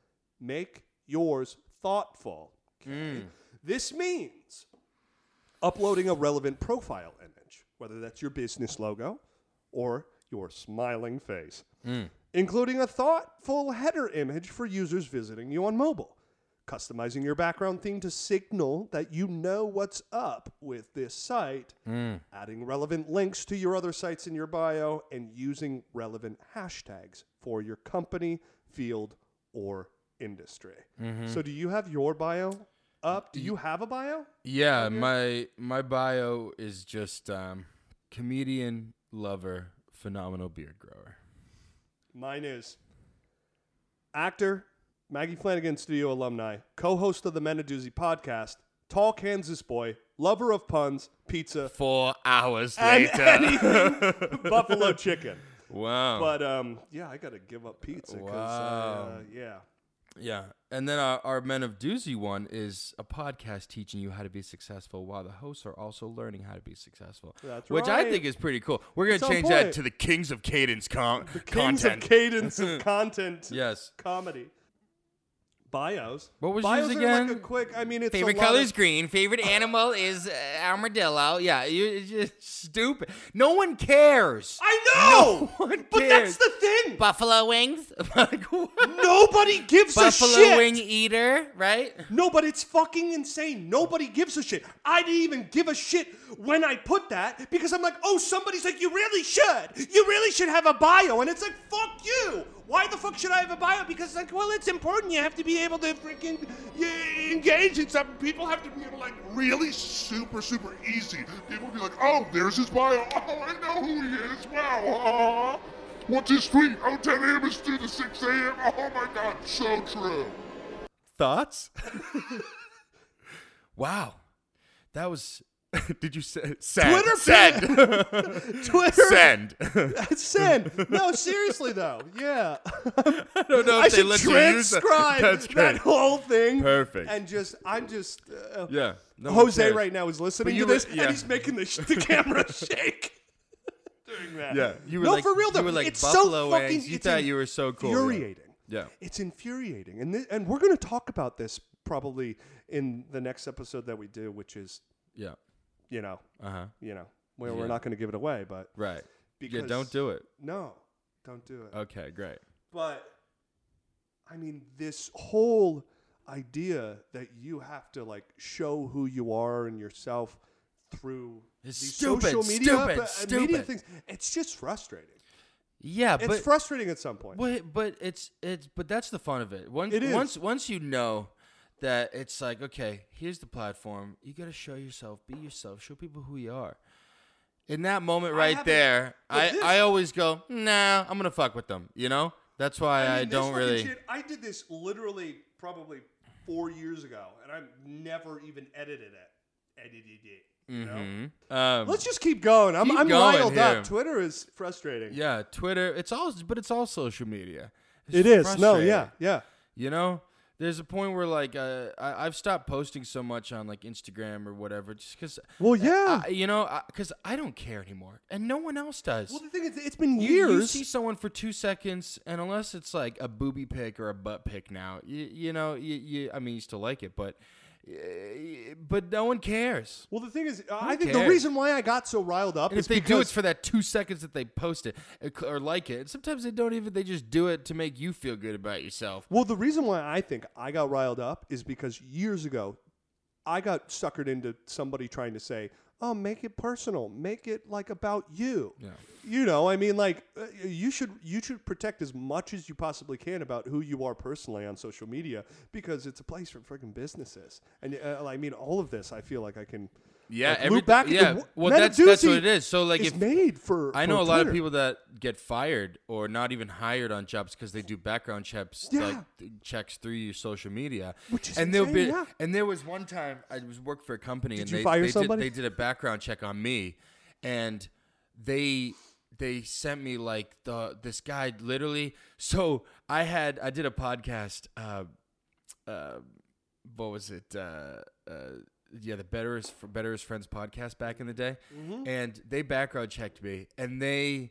[SPEAKER 2] make yours thoughtful. Okay?
[SPEAKER 1] Mm.
[SPEAKER 2] This means uploading a relevant profile image, whether that's your business logo or your smiling face, including a thoughtful header image for users visiting you on mobile, customizing your background theme to signal that you know what's up with this site, adding relevant links to your other sites in your bio, and using relevant hashtags for your company, field, or industry. So, do you have your bio? Up? Do you have a bio?
[SPEAKER 1] Yeah, my my bio is just um, comedian, lover, phenomenal beard grower.
[SPEAKER 2] Mine is actor, Maggie Flanagan Studio alumni, co host of the Men of Doozy podcast, tall Kansas boy, lover of puns, pizza,
[SPEAKER 1] Four hours
[SPEAKER 2] <laughs> and
[SPEAKER 1] later. <laughs>
[SPEAKER 2] anything buffalo chicken.
[SPEAKER 1] wow.
[SPEAKER 2] But um, yeah, I got to give up pizza because
[SPEAKER 1] Wow.
[SPEAKER 2] uh, yeah.
[SPEAKER 1] Yeah. And then uh, our, our Men of Doozy one is a podcast teaching you how to be successful while the hosts are also learning how to be successful.
[SPEAKER 2] That's
[SPEAKER 1] which
[SPEAKER 2] right.
[SPEAKER 1] I think is pretty cool. We're going
[SPEAKER 2] It's
[SPEAKER 1] to
[SPEAKER 2] on
[SPEAKER 1] change that
[SPEAKER 2] point.
[SPEAKER 1] to the Kings of Cadence con-
[SPEAKER 2] Kings
[SPEAKER 1] content.
[SPEAKER 2] of cadence <laughs> of content.
[SPEAKER 1] yes.
[SPEAKER 2] Comedy. Bios.
[SPEAKER 1] What was
[SPEAKER 2] Bios
[SPEAKER 1] yours
[SPEAKER 2] are like
[SPEAKER 1] again?
[SPEAKER 2] a quick, I mean, it's a
[SPEAKER 1] Favorite
[SPEAKER 2] lot
[SPEAKER 1] color is
[SPEAKER 2] of-
[SPEAKER 1] green. Favorite animal is uh, armadillo. Yeah, you- it's just stupid. No one cares.
[SPEAKER 2] I know!
[SPEAKER 1] <laughs> No one
[SPEAKER 2] but that's
[SPEAKER 1] cares.
[SPEAKER 2] the thing.
[SPEAKER 1] Buffalo wings. <laughs> like, what?
[SPEAKER 2] Nobody gives a shit.
[SPEAKER 1] Buffalo wing eater, right?
[SPEAKER 2] No, but it's fucking insane. Nobody gives a shit. I didn't even give a shit when I put that because I'm like, oh, somebody's like, you really should. You really should have a bio. And it's like, fuck you. Why the fuck should I have a bio? Because it's like, well, it's important. You have to be able to freaking yeah, engage in something.
[SPEAKER 6] People have to be able, like really super, super easy. People be like, oh, there's his bio. <laughs> Oh, I know who he is. Wow. Aw. What's his tweet? Oh, 10 a.m. is through to 6 a.m. Oh my God, so true.
[SPEAKER 1] Thoughts? <laughs> wow. That was. <laughs> Did you say send?
[SPEAKER 2] Twitter
[SPEAKER 1] send.
[SPEAKER 2] <laughs> Twitter.
[SPEAKER 1] <laughs> send.
[SPEAKER 2] Send. No, seriously, though. Yeah.
[SPEAKER 1] <laughs> I don't know if
[SPEAKER 2] I
[SPEAKER 1] they
[SPEAKER 2] should
[SPEAKER 1] let you use that. <laughs>
[SPEAKER 2] transcribe
[SPEAKER 1] That's
[SPEAKER 2] that,
[SPEAKER 1] great.
[SPEAKER 2] whole thing.
[SPEAKER 1] Perfect.
[SPEAKER 2] And just, I'm just. Uh,
[SPEAKER 1] yeah. no one
[SPEAKER 2] Jose
[SPEAKER 1] cares.
[SPEAKER 2] right now is listening
[SPEAKER 1] But
[SPEAKER 2] to
[SPEAKER 1] you
[SPEAKER 2] this
[SPEAKER 1] were-
[SPEAKER 2] and
[SPEAKER 1] yeah.
[SPEAKER 2] he's making the, sh-
[SPEAKER 1] <laughs>
[SPEAKER 2] the camera shake. Doing that.
[SPEAKER 1] Yeah. You were
[SPEAKER 2] no,
[SPEAKER 1] like,
[SPEAKER 2] for real though.
[SPEAKER 1] You were like
[SPEAKER 2] it's
[SPEAKER 1] buffalo
[SPEAKER 2] so fucking.
[SPEAKER 1] wings. You
[SPEAKER 2] it's
[SPEAKER 1] thought you were so cool. yeah.
[SPEAKER 2] Infuriating.
[SPEAKER 1] Yeah.
[SPEAKER 2] It's infuriating, and thi- and we're gonna talk about this probably in the next episode that we do, which is
[SPEAKER 1] Yeah.
[SPEAKER 2] you know,
[SPEAKER 1] Uh huh.
[SPEAKER 2] you know, well, we're not gonna give it away, but
[SPEAKER 1] Right. yeah.
[SPEAKER 2] Because-
[SPEAKER 1] Don't do it.
[SPEAKER 2] no, don't do it.
[SPEAKER 1] Okay. Great.
[SPEAKER 2] But I mean, this whole idea that you have to like show who you are and yourself through
[SPEAKER 1] It's
[SPEAKER 2] these
[SPEAKER 1] stupid,
[SPEAKER 2] social media,
[SPEAKER 1] stupid,
[SPEAKER 2] pa- uh, media
[SPEAKER 1] stupid.
[SPEAKER 2] things, it's just frustrating.
[SPEAKER 1] Yeah,
[SPEAKER 2] It's
[SPEAKER 1] but
[SPEAKER 2] frustrating at some point.
[SPEAKER 1] But, but it's it's but that's the fun of it. Once
[SPEAKER 2] It is.
[SPEAKER 1] once once you know that it's like okay, here's the platform. You got to show yourself, be yourself, show people who you are. In that moment right
[SPEAKER 2] haven't-
[SPEAKER 1] there,
[SPEAKER 2] but
[SPEAKER 1] I
[SPEAKER 2] this-
[SPEAKER 1] I always go, nah, I'm gonna fuck with them. You know, that's why I,
[SPEAKER 2] mean, this
[SPEAKER 1] don't
[SPEAKER 2] fucking
[SPEAKER 1] really.
[SPEAKER 2] shit- I did this literally probably four years ago, and I've never even edited it. Edited it. you know?
[SPEAKER 1] Um,
[SPEAKER 2] Let's just keep going. I'm,
[SPEAKER 1] Keep
[SPEAKER 2] I'm
[SPEAKER 1] going
[SPEAKER 2] riled
[SPEAKER 1] here.
[SPEAKER 2] up. Twitter is frustrating.
[SPEAKER 1] yeah, Twitter. It's all, but it's all social media. It's
[SPEAKER 2] it is. No,
[SPEAKER 1] frustrating.
[SPEAKER 2] yeah, yeah.
[SPEAKER 1] You know, there's a point where like uh, I, I've stopped posting so much on like Instagram or whatever, just because.
[SPEAKER 2] Well, yeah.
[SPEAKER 1] I, you know, because I, don't care anymore, and no one else does.
[SPEAKER 2] well, the thing is, it's been
[SPEAKER 1] You-
[SPEAKER 2] years.
[SPEAKER 1] You, see someone for two seconds, and unless it's like a booby pic or a butt pic now, you, you know, you, you, I mean, you still like it, but eh, but no one cares.
[SPEAKER 2] well, the thing is, I think the
[SPEAKER 1] cares?
[SPEAKER 2] reason why I got so riled up
[SPEAKER 1] And
[SPEAKER 2] is
[SPEAKER 1] if they
[SPEAKER 2] because
[SPEAKER 1] do, it's for that two seconds that they post it eh, cl- or like it. And sometimes they don't even; they just do it to make you feel good about yourself.
[SPEAKER 2] Well, the reason why I think I got riled up is because years ago, I got suckered into somebody trying to say, "Oh, make it personal, make it like about you." Yeah. You know, I mean, like uh, you should you should protect as much as you possibly can about who you are personally on social media because it's a place for freaking businesses. And uh, I mean, all of this, I feel like I can.
[SPEAKER 1] Yeah,
[SPEAKER 2] like,
[SPEAKER 1] every-
[SPEAKER 2] loop back.
[SPEAKER 1] yeah.
[SPEAKER 2] Wh-
[SPEAKER 1] Well,
[SPEAKER 2] Meta
[SPEAKER 1] that's- that's what
[SPEAKER 2] Doozy
[SPEAKER 1] it is. So, like, if-
[SPEAKER 2] made for
[SPEAKER 1] I know
[SPEAKER 2] for
[SPEAKER 1] a lot of
[SPEAKER 2] Twitter.
[SPEAKER 1] people that get fired or not even hired on jobs because they do background checks,
[SPEAKER 2] Yeah.
[SPEAKER 1] like th- checks through your social media.
[SPEAKER 2] Which is
[SPEAKER 1] and they'll
[SPEAKER 2] insane,
[SPEAKER 1] be,
[SPEAKER 2] yeah.
[SPEAKER 1] and there was one time I was worked for a company and
[SPEAKER 2] you
[SPEAKER 1] they
[SPEAKER 2] fire
[SPEAKER 1] they
[SPEAKER 2] somebody?
[SPEAKER 1] Did, they did a background check on me, and they they sent me like the this guy literally. So I had I did a podcast. Uh, uh, what was it? Uh, uh, yeah, the Better is for Better is Friends podcast back in the day,
[SPEAKER 2] Mm-hmm.
[SPEAKER 1] and they background checked me, and they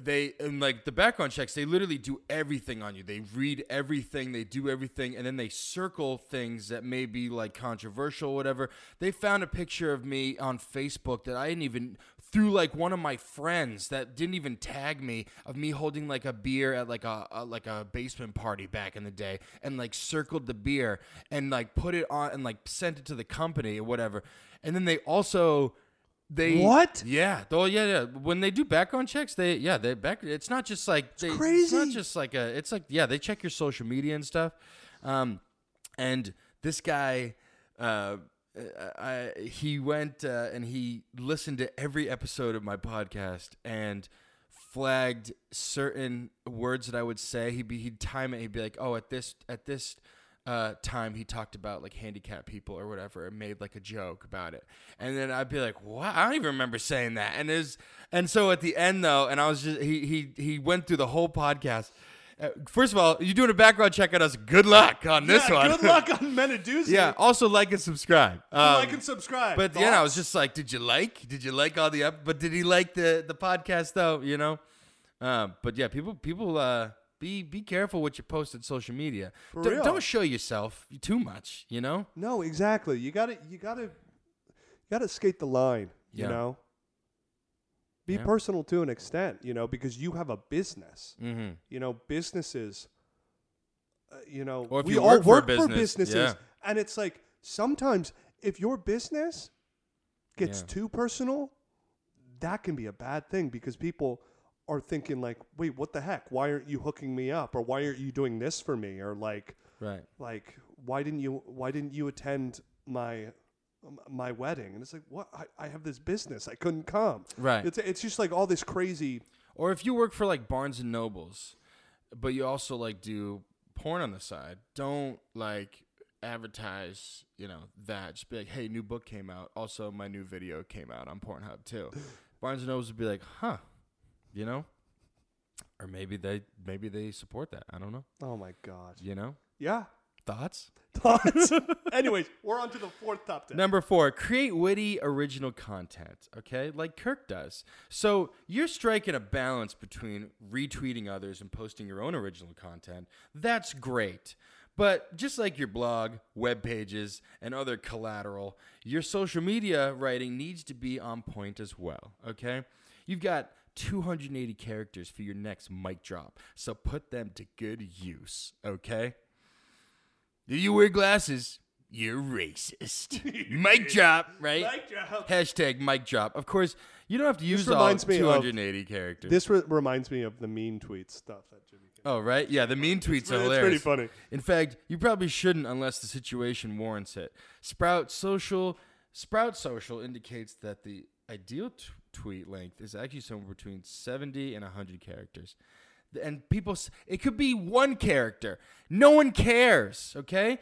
[SPEAKER 1] they and like the background checks they literally do everything on you they read everything they do everything and then they circle things that may be like controversial whatever they found a picture of me on facebook that i didn't even through like one of my friends that didn't even tag me of me holding like a beer at like a, a like a basement party back in the day and like circled the beer and like put it on and like sent it to the company or whatever and then they also they
[SPEAKER 2] What?
[SPEAKER 1] yeah. Oh, yeah, yeah. When they do background checks, they yeah, they back. It's not just like they, It's not
[SPEAKER 2] crazy.
[SPEAKER 1] just like a. It's like yeah, they check your social media and stuff. Um, and this guy, uh, I, he went uh, and he listened to every episode of my podcast and flagged certain words that I would say. He'd be he'd time it. He'd be like, oh, at this at this uh, time he talked about like handicapped people or whatever and made like a joke about it. And then I'd be like, "What? I don't even remember saying that." And is and so at the end though, and I was just he he he went through the whole podcast. Uh, First of all, you doing a background check on us. Good luck on this
[SPEAKER 2] Yeah,
[SPEAKER 1] one.
[SPEAKER 2] Good luck on Meta
[SPEAKER 1] <laughs>
[SPEAKER 2] Doozy.
[SPEAKER 1] yeah. Also like and subscribe. Um,
[SPEAKER 2] like and subscribe.
[SPEAKER 1] but yeah, I was
[SPEAKER 2] Thoughts?
[SPEAKER 1] just like, did you like? Did you like all the up? But did he like the the podcast though? You know. Uh, but yeah, people people uh, be be careful what you post on social media.
[SPEAKER 2] For
[SPEAKER 1] Don't-
[SPEAKER 2] real.
[SPEAKER 1] Don't show yourself too much. You know.
[SPEAKER 2] No, exactly. You gotta you gotta you gotta skate the line,
[SPEAKER 1] Yeah.
[SPEAKER 2] you know. Be
[SPEAKER 1] Yeah.
[SPEAKER 2] personal to an extent, you know, because you have a business.
[SPEAKER 1] Mm-hmm.
[SPEAKER 2] You know, businesses uh, you know,
[SPEAKER 1] Or if
[SPEAKER 2] we
[SPEAKER 1] you
[SPEAKER 2] all
[SPEAKER 1] work for a
[SPEAKER 2] work
[SPEAKER 1] business,
[SPEAKER 2] businesses
[SPEAKER 1] yeah.
[SPEAKER 2] and it's like sometimes if your business gets
[SPEAKER 1] Yeah.
[SPEAKER 2] too personal, that can be a bad thing because people are thinking like, "Wait, what the heck? Why aren't you hooking me up or why aren't you doing this for me?" or like
[SPEAKER 1] Right.
[SPEAKER 2] like why didn't you why didn't you attend my m- my wedding and it's like what I, I have this business i couldn't come
[SPEAKER 1] Right.
[SPEAKER 2] it's, it's just like all this crazy
[SPEAKER 1] Or if you work for like Barnes and Nobles, but you also like do porn on the side, don't like advertise, you know, that. Just be like, hey, new book came out. Also, my new video came out on Pornhub <laughs> too. Barnes and Nobles would be like, huh, you know? Or maybe they maybe they support that. I don't know.
[SPEAKER 2] oh my god
[SPEAKER 1] You know?
[SPEAKER 2] yeah
[SPEAKER 1] Thoughts? <laughs>
[SPEAKER 2] thoughts anyways we're on to the fourth top 10
[SPEAKER 1] Number four, create witty, original content, okay? Like Kirk does. So you're striking a balance between retweeting others and posting your own original content. That's great. But just like your blog, web pages, and other collateral, your social media writing needs to be on point as well, okay? You've got 280 characters for your next mic drop. So put them to good use, okay? Do you wear glasses? You're
[SPEAKER 2] <laughs>
[SPEAKER 1] racist. mic drop, right? Mic drop. Hashtag mic drop. Of course, you don't have to use all
[SPEAKER 2] reminds me of
[SPEAKER 1] 280 characters.
[SPEAKER 2] This re- reminds me of the mean tweet stuff that Jimmy. Kimmel-
[SPEAKER 1] Oh right, yeah. The mean tweets are
[SPEAKER 2] pretty- it's
[SPEAKER 1] hilarious.
[SPEAKER 2] pretty funny.
[SPEAKER 1] In fact, you probably shouldn't unless the situation warrants it. Sprout Social, Sprout Social indicates that the ideal t- tweet length is actually somewhere between seventy and hundred characters, Th- and people. s- It could be one character. No one cares. Okay,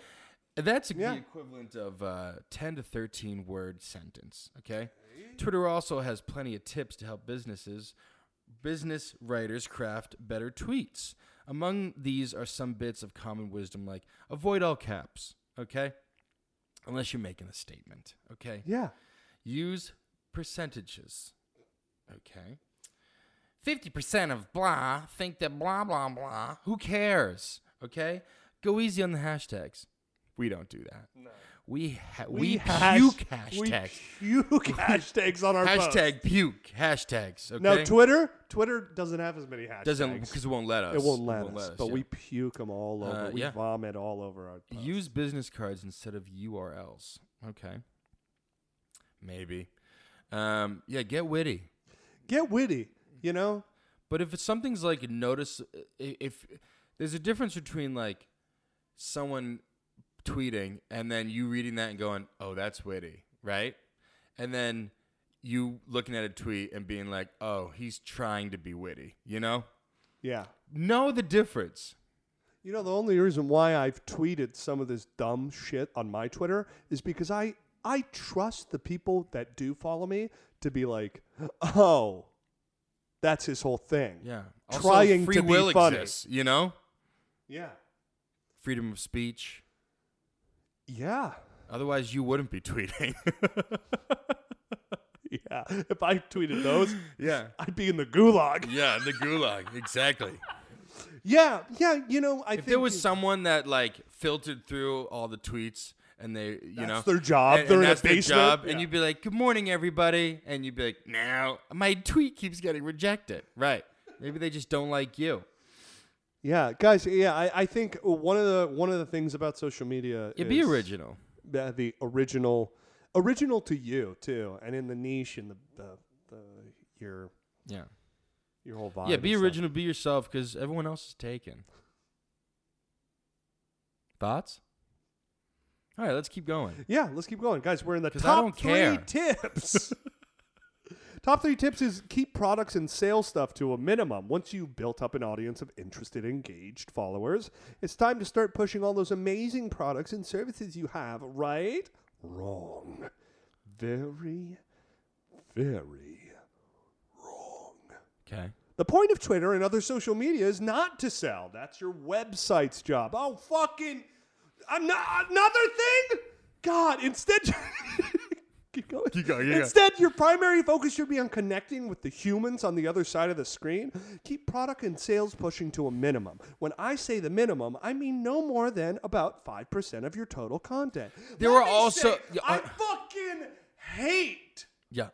[SPEAKER 1] that's the equivalent of uh, ten to thirteen word sentence. Okay, Twitter also has plenty of tips to help businesses business writers craft better tweets. Among these are some bits of common wisdom like avoid all caps, okay? Unless you're making a statement, okay?
[SPEAKER 2] Yeah.
[SPEAKER 1] Use percentages, okay? 50% of blah think that blah, blah, blah. Who cares, okay? Go easy on the hashtags. We don't do that. No. We, ha- we,
[SPEAKER 2] hash-
[SPEAKER 1] puke hashtags.
[SPEAKER 2] We puke <laughs> hashtags on our posts.
[SPEAKER 1] Hashtag puke hashtags. Okay?
[SPEAKER 2] Now Twitter, Twitter doesn't have as many hashtags.
[SPEAKER 1] doesn't because it won't let us.
[SPEAKER 2] it won't let, us, But
[SPEAKER 1] yeah.
[SPEAKER 2] we puke them all over.
[SPEAKER 1] Uh,
[SPEAKER 2] we
[SPEAKER 1] yeah.
[SPEAKER 2] vomit all over our. Posts.
[SPEAKER 1] Use business cards instead of URLs. Okay. Maybe. Um, yeah, get witty.
[SPEAKER 2] Get witty. You know.
[SPEAKER 1] But if it's something's like notice, uh, i- if there's a difference between like someone tweeting and then you reading that and going, "Oh, that's witty," right? And then you looking at a tweet and being like, "Oh, he's trying to be witty," you know?
[SPEAKER 2] Yeah.
[SPEAKER 1] Know the difference.
[SPEAKER 2] You know, the only reason why I've tweeted some of this dumb shit on my Twitter is because I I trust the people that do follow me to be like, oh, that's his whole thing.
[SPEAKER 1] Yeah.
[SPEAKER 2] Trying
[SPEAKER 1] free
[SPEAKER 2] to be
[SPEAKER 1] will
[SPEAKER 2] funny.
[SPEAKER 1] exists, you know?
[SPEAKER 2] Yeah.
[SPEAKER 1] Freedom of speech.
[SPEAKER 2] Yeah. <laughs>
[SPEAKER 1] Otherwise, you wouldn't be <laughs> tweeting.
[SPEAKER 2] Yeah. If I tweeted those, <laughs>
[SPEAKER 1] yeah.
[SPEAKER 2] I'd be in the gulag.
[SPEAKER 1] Yeah, the gulag. Exactly.
[SPEAKER 2] Yeah. Yeah. You know, I
[SPEAKER 1] if
[SPEAKER 2] think
[SPEAKER 1] there was
[SPEAKER 2] you-
[SPEAKER 1] someone that like filtered through all the tweets and they, you
[SPEAKER 2] That's
[SPEAKER 1] know,
[SPEAKER 2] their job.
[SPEAKER 1] and-
[SPEAKER 2] They're
[SPEAKER 1] and
[SPEAKER 2] in a
[SPEAKER 1] that's their
[SPEAKER 2] basement.
[SPEAKER 1] job,
[SPEAKER 2] Yeah.
[SPEAKER 1] and you'd be like, "Good morning, everybody," and you'd be like, "Now my tweet keeps getting rejected." Right? Maybe they just don't like you.
[SPEAKER 2] Yeah, guys. Yeah, I, I think one of the one of the things about social media
[SPEAKER 1] It'd
[SPEAKER 2] is
[SPEAKER 1] be original.
[SPEAKER 2] The, the original, original to you too, and in the niche and the the, the your
[SPEAKER 1] Yeah.
[SPEAKER 2] your whole vibe.
[SPEAKER 1] Yeah. Be
[SPEAKER 2] and stuff.
[SPEAKER 1] original. Be yourself, because everyone else is taken. Thoughts? All right, let's keep going.
[SPEAKER 2] <laughs> Yeah, let's keep going, guys. We're in the
[SPEAKER 1] 'Cause I
[SPEAKER 2] top
[SPEAKER 1] don't
[SPEAKER 2] three
[SPEAKER 1] care. <laughs>
[SPEAKER 2] tips. top three tips is keep products and sales stuff to a minimum. Once you've built up an audience of interested, engaged followers, it's time to start pushing all those amazing products and services you have. Right? Wrong. Very, very.
[SPEAKER 1] Okay.
[SPEAKER 2] The point of Twitter and other social media is not to sell. That's your website's job. Oh, fucking. Ano- another thing? God, instead. <laughs> keep going.
[SPEAKER 1] Keep going, yeah, yeah.
[SPEAKER 2] instead, your primary focus should be on connecting with the humans on the other side of the screen. Keep product and sales pushing to a minimum. When I say the minimum, I mean no more than about 5% of your total content.
[SPEAKER 1] There
[SPEAKER 2] Let
[SPEAKER 1] were
[SPEAKER 2] me
[SPEAKER 1] also-
[SPEAKER 2] say,
[SPEAKER 1] yeah,
[SPEAKER 2] I
[SPEAKER 1] uh,
[SPEAKER 2] fucking hate.
[SPEAKER 1] Yeah.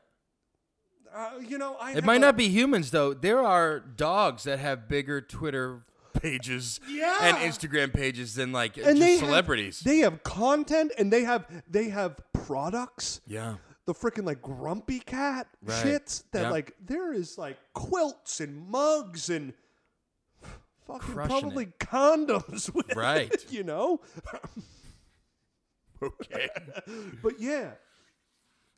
[SPEAKER 2] Uh, you know, I.
[SPEAKER 1] It
[SPEAKER 2] have
[SPEAKER 1] might
[SPEAKER 2] a-
[SPEAKER 1] not be humans though. There are dogs that have bigger Twitter pages and
[SPEAKER 2] Yeah.
[SPEAKER 1] Instagram pages than like
[SPEAKER 2] and
[SPEAKER 1] just
[SPEAKER 2] they
[SPEAKER 1] celebrities.
[SPEAKER 2] Have, they have content and they have they have products.
[SPEAKER 1] yeah.
[SPEAKER 2] The freaking like grumpy cat
[SPEAKER 1] Right.
[SPEAKER 2] shits that
[SPEAKER 1] Yep.
[SPEAKER 2] like there is like quilts and mugs and fucking
[SPEAKER 1] Crushing
[SPEAKER 2] probably condoms <laughs> with it,
[SPEAKER 1] Right.
[SPEAKER 2] you know? <laughs>
[SPEAKER 1] Okay.
[SPEAKER 2] But yeah.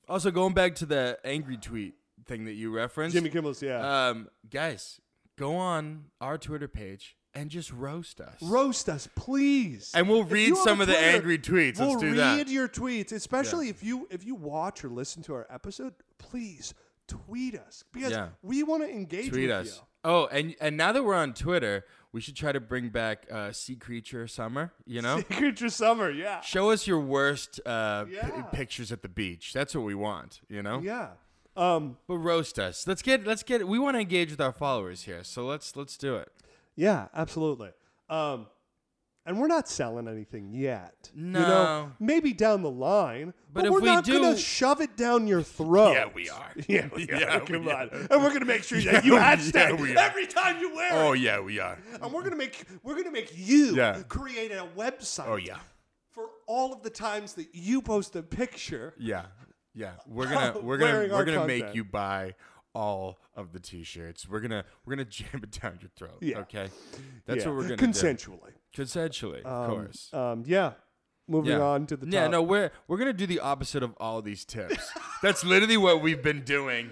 [SPEAKER 1] also going back to the angry tweet thing that you referenced.
[SPEAKER 2] Jimmy Kimmel's yeah.
[SPEAKER 1] um guys, go on our Twitter page and just roast us.
[SPEAKER 2] Roast us, please.
[SPEAKER 1] And we'll
[SPEAKER 2] If
[SPEAKER 1] read
[SPEAKER 2] you have
[SPEAKER 1] some
[SPEAKER 2] a
[SPEAKER 1] of the
[SPEAKER 2] Twitter,
[SPEAKER 1] angry tweets. Let's
[SPEAKER 2] We'll
[SPEAKER 1] do
[SPEAKER 2] read
[SPEAKER 1] that.
[SPEAKER 2] your tweets, especially if you if you watch or listen to our episode. Please tweet us because
[SPEAKER 1] Yeah.
[SPEAKER 2] we want to engage
[SPEAKER 1] tweet
[SPEAKER 2] with
[SPEAKER 1] us.
[SPEAKER 2] you.
[SPEAKER 1] Oh, and and now that we're on Twitter, we should try to bring back uh, Sea Creature Summer, you
[SPEAKER 2] <laughs>
[SPEAKER 1] know?
[SPEAKER 2] Creature Summer, yeah.
[SPEAKER 1] Show us your worst uh, p-
[SPEAKER 2] Yeah.
[SPEAKER 1] pictures at the beach. That's what we want, you know?
[SPEAKER 2] Yeah. Um,
[SPEAKER 1] But roast us. Let's get let's get we want to engage with our followers here. So let's let's do it.
[SPEAKER 2] yeah, absolutely. Um, And we're not selling anything yet. You know,
[SPEAKER 1] No.
[SPEAKER 2] maybe down the line. But,
[SPEAKER 1] But if
[SPEAKER 2] we're
[SPEAKER 1] we
[SPEAKER 2] not gonna
[SPEAKER 1] do-
[SPEAKER 2] shove it down your throat.
[SPEAKER 7] Yeah, we are.
[SPEAKER 2] <laughs> Yeah,
[SPEAKER 1] <laughs>
[SPEAKER 2] we are.
[SPEAKER 7] Yeah, we
[SPEAKER 2] Come
[SPEAKER 7] are.
[SPEAKER 2] on. And we're gonna make sure that you
[SPEAKER 7] Yeah,
[SPEAKER 2] hashtag
[SPEAKER 7] we are.
[SPEAKER 2] every time you wear
[SPEAKER 7] Oh
[SPEAKER 2] it.
[SPEAKER 7] yeah, we are.
[SPEAKER 2] And we're gonna make we're gonna make you
[SPEAKER 7] Yeah.
[SPEAKER 2] create a website
[SPEAKER 7] Oh yeah,
[SPEAKER 2] for all of the times that you post a picture.
[SPEAKER 7] yeah, yeah. We're
[SPEAKER 2] <laughs>
[SPEAKER 7] gonna we're
[SPEAKER 2] Wearing
[SPEAKER 7] gonna
[SPEAKER 2] our
[SPEAKER 7] we're gonna
[SPEAKER 2] content.
[SPEAKER 7] make you buy all of the t-shirts. We're gonna we're gonna <laughs> jam it down your throat.
[SPEAKER 2] Yeah.
[SPEAKER 7] Okay, that's
[SPEAKER 2] Yeah.
[SPEAKER 7] what we're gonna
[SPEAKER 2] consensually.
[SPEAKER 1] do. Consensually, of course.
[SPEAKER 2] Um, yeah. Moving
[SPEAKER 1] yeah.
[SPEAKER 2] on to the top.
[SPEAKER 1] yeah, no, we're we're gonna
[SPEAKER 7] do
[SPEAKER 1] do
[SPEAKER 7] the opposite of all these
[SPEAKER 2] <laughs>
[SPEAKER 7] tips. that's literally what we've been doing,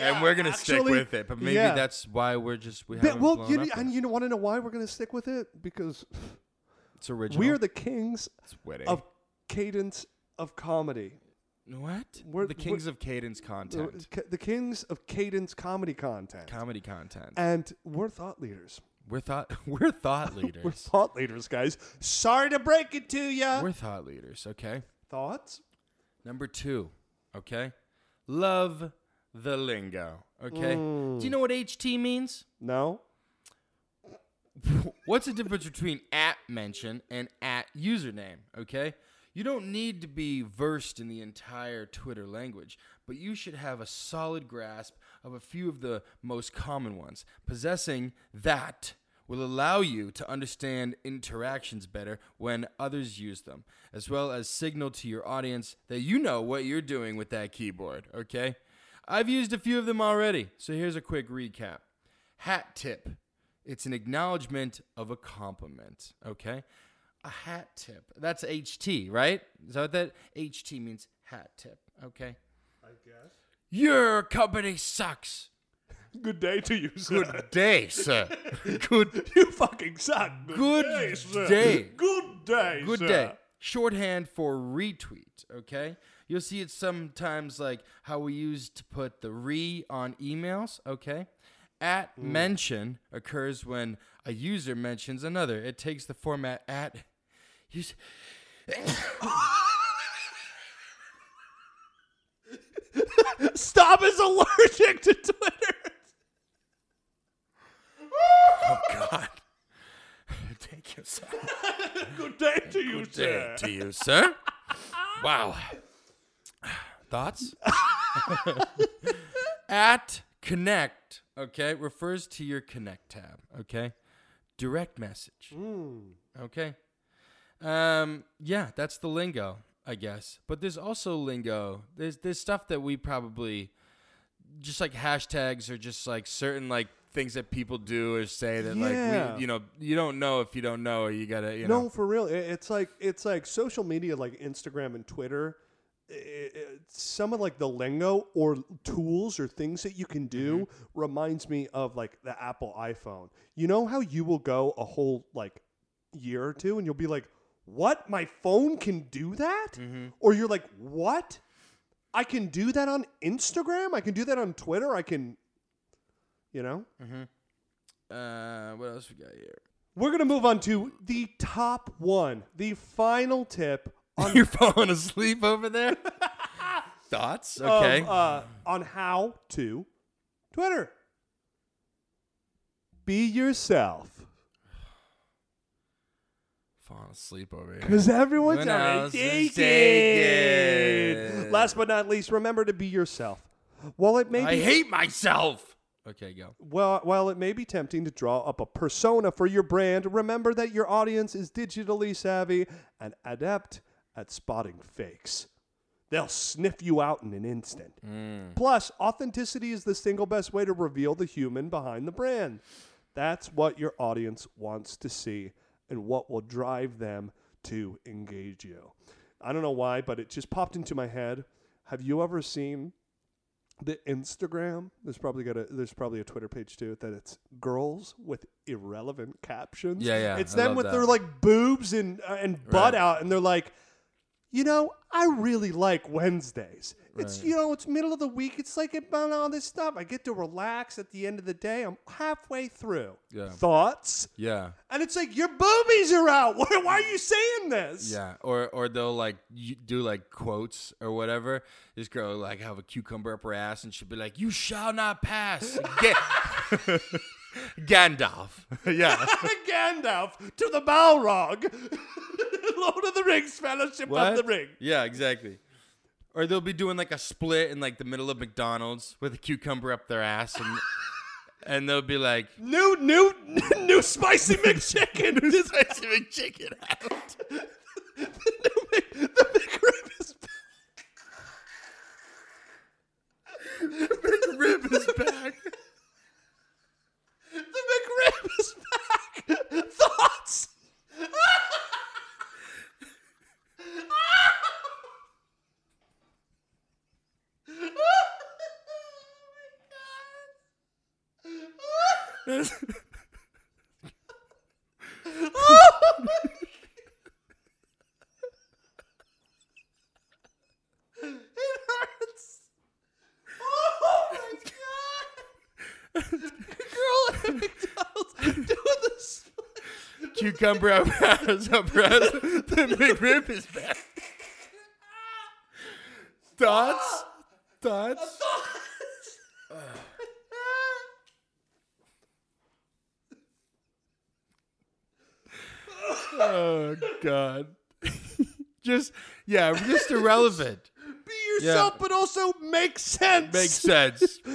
[SPEAKER 7] and we're gonna stick
[SPEAKER 2] actually,
[SPEAKER 7] with it. But maybe
[SPEAKER 2] yeah.
[SPEAKER 7] that's why we're just we
[SPEAKER 2] But-
[SPEAKER 7] haven't
[SPEAKER 2] well,
[SPEAKER 7] blown
[SPEAKER 2] you
[SPEAKER 7] up
[SPEAKER 2] know,
[SPEAKER 7] yet.
[SPEAKER 2] and you know, want to know why we're going to stick with it? Because
[SPEAKER 1] it's original.
[SPEAKER 2] we are the kings
[SPEAKER 7] It's witty.
[SPEAKER 2] of cadence of comedy.
[SPEAKER 1] what?
[SPEAKER 2] we're-
[SPEAKER 1] We're the kings of cadence content,
[SPEAKER 2] The- The kings of cadence comedy content.
[SPEAKER 1] comedy content.
[SPEAKER 2] and we're thought leaders. <laughs>
[SPEAKER 1] we're thought <laughs> we're thought
[SPEAKER 2] We're
[SPEAKER 1] leaders.
[SPEAKER 2] thought leaders, guys. Sorry to break it to ya.
[SPEAKER 1] we're thought leaders. Okay.
[SPEAKER 2] Thoughts?
[SPEAKER 1] Number two, okay? Love the lingo, okay? Do
[SPEAKER 2] Mm.
[SPEAKER 1] you know what HT means?
[SPEAKER 2] No.
[SPEAKER 1] What's the difference between at mention and at username, okay? You don't need to be versed in the entire Twitter language, but you should have a solid grasp of a few of the most common ones. Possessing that will allow you to understand interactions better when others use them, as well as signal to your audience that you know what you're doing with that keyboard, okay? I've used a few of them already, so here's a quick recap. Hat tip. It's an acknowledgement of a compliment, okay? A hat tip. That's HT, right? Is that what that HT means? Hat tip, okay? I guess. Your company sucks.
[SPEAKER 2] Good day to you, sir.
[SPEAKER 7] Good day, sir. Good
[SPEAKER 2] <laughs> you fucking suck.
[SPEAKER 1] Good day.
[SPEAKER 2] Good day,
[SPEAKER 1] Good
[SPEAKER 2] sir.
[SPEAKER 1] day. Shorthand for retweet, okay? You'll see it sometimes like how we used to put the re on emails, okay? At
[SPEAKER 2] Hmm.
[SPEAKER 1] mention occurs when a user mentions another. It takes the format at. Use,
[SPEAKER 2] <laughs> Stop is allergic
[SPEAKER 1] <laughs>
[SPEAKER 2] to Twitter.
[SPEAKER 7] oh God.
[SPEAKER 1] <laughs>
[SPEAKER 7] Thank you, sir.
[SPEAKER 2] Good day to you,
[SPEAKER 7] Day to you, sir. Wow.
[SPEAKER 1] Thoughts? <laughs> At connect, okay, refers to your connect tab, okay? Direct message.
[SPEAKER 7] Hmm.
[SPEAKER 1] Okay. Um, yeah, that's the lingo, I guess. But there's also lingo. There's there's stuff that we probably just like hashtags or just like certain like things that people do or say that like
[SPEAKER 2] Yeah.
[SPEAKER 1] we, you know, you don't know if you don't know or you gotta you
[SPEAKER 2] No,
[SPEAKER 1] know
[SPEAKER 2] for real. I- It's like it's like social media, like Instagram and Twitter. i- i- Some of like the lingo or tools or things that you can do
[SPEAKER 1] Mm-hmm.
[SPEAKER 2] reminds me of like the Apple iPhone. You know how you will go a whole like year or two and you'll be like, "What? My phone can do that?"
[SPEAKER 1] Mm-hmm.
[SPEAKER 2] Or you're like, "What? I can do that on Instagram? I can do that on Twitter? I can." You know,
[SPEAKER 1] uh what else we got here?
[SPEAKER 2] we're gonna move on to the top one, the final tip
[SPEAKER 1] <laughs> <laughs>
[SPEAKER 2] um,
[SPEAKER 1] You're falling asleep over <laughs> there. Thoughts?
[SPEAKER 2] of,
[SPEAKER 1] Okay.
[SPEAKER 2] uh, on how to Twitter. Be yourself.
[SPEAKER 1] falling asleep over here.
[SPEAKER 2] Because everyone's
[SPEAKER 1] Everyone else
[SPEAKER 2] already
[SPEAKER 1] is
[SPEAKER 2] taken.
[SPEAKER 1] taken.
[SPEAKER 2] Last but not least, remember to be yourself. While it may
[SPEAKER 1] I
[SPEAKER 2] be
[SPEAKER 1] hate myself. Okay, go.
[SPEAKER 2] Well, while it may be tempting to draw up a persona for your brand, remember that your audience is digitally savvy and adept at spotting fakes. They'll sniff you out in an instant.
[SPEAKER 1] Mm.
[SPEAKER 2] Plus, authenticity is the single best way to reveal the human behind the brand. That's what your audience wants to see and what will drive them to engage you. I don't know why, but it just popped into my head. Have you ever seen the Instagram. There's probably got a there's probably a Twitter page too that it's girls with irrelevant captions.
[SPEAKER 1] Yeah, yeah,
[SPEAKER 2] It's
[SPEAKER 1] I
[SPEAKER 2] them
[SPEAKER 1] love
[SPEAKER 2] with
[SPEAKER 1] that.
[SPEAKER 2] their like boobs and uh, and butt
[SPEAKER 1] Right.
[SPEAKER 2] out, and they're like, you know, I really like Wednesdays. It's you know, it's middle of the week. It's like about all this stuff. I get to relax at the end of the day. I'm halfway through.
[SPEAKER 1] Yeah.
[SPEAKER 2] Thoughts.
[SPEAKER 1] Yeah,
[SPEAKER 2] And it's like your boobies are out. <laughs> Why why are you saying this? <laughs>
[SPEAKER 1] yeah. Or or they'll like you do like quotes or whatever. This girl will, <laughs> like have a cucumber up her ass, and she'll be like, "You shall not pass." Get. Gandalf. yeah.
[SPEAKER 2] Gandalf to the Balrog. <laughs> Lord of the Rings, Fellowship
[SPEAKER 1] What?
[SPEAKER 2] of the Ring.
[SPEAKER 1] Yeah, exactly. Or they'll be doing like a split in like the middle of McDonald's with a cucumber up their ass and <laughs> and they'll be like
[SPEAKER 2] New, new, <laughs> new spicy
[SPEAKER 1] <laughs>
[SPEAKER 2] McChicken. new spicy McChicken out. the, Mc- the McRib is back. McRib is back. the McRib is back. Thoughts?
[SPEAKER 1] cucumber <laughs> up her ass up her ass. <laughs> The McRib is back. Thoughts? Thoughts? oh god. <laughs> just yeah, just irrelevant.
[SPEAKER 2] Be yourself, but also make sense.
[SPEAKER 1] Makes sense.
[SPEAKER 2] <laughs>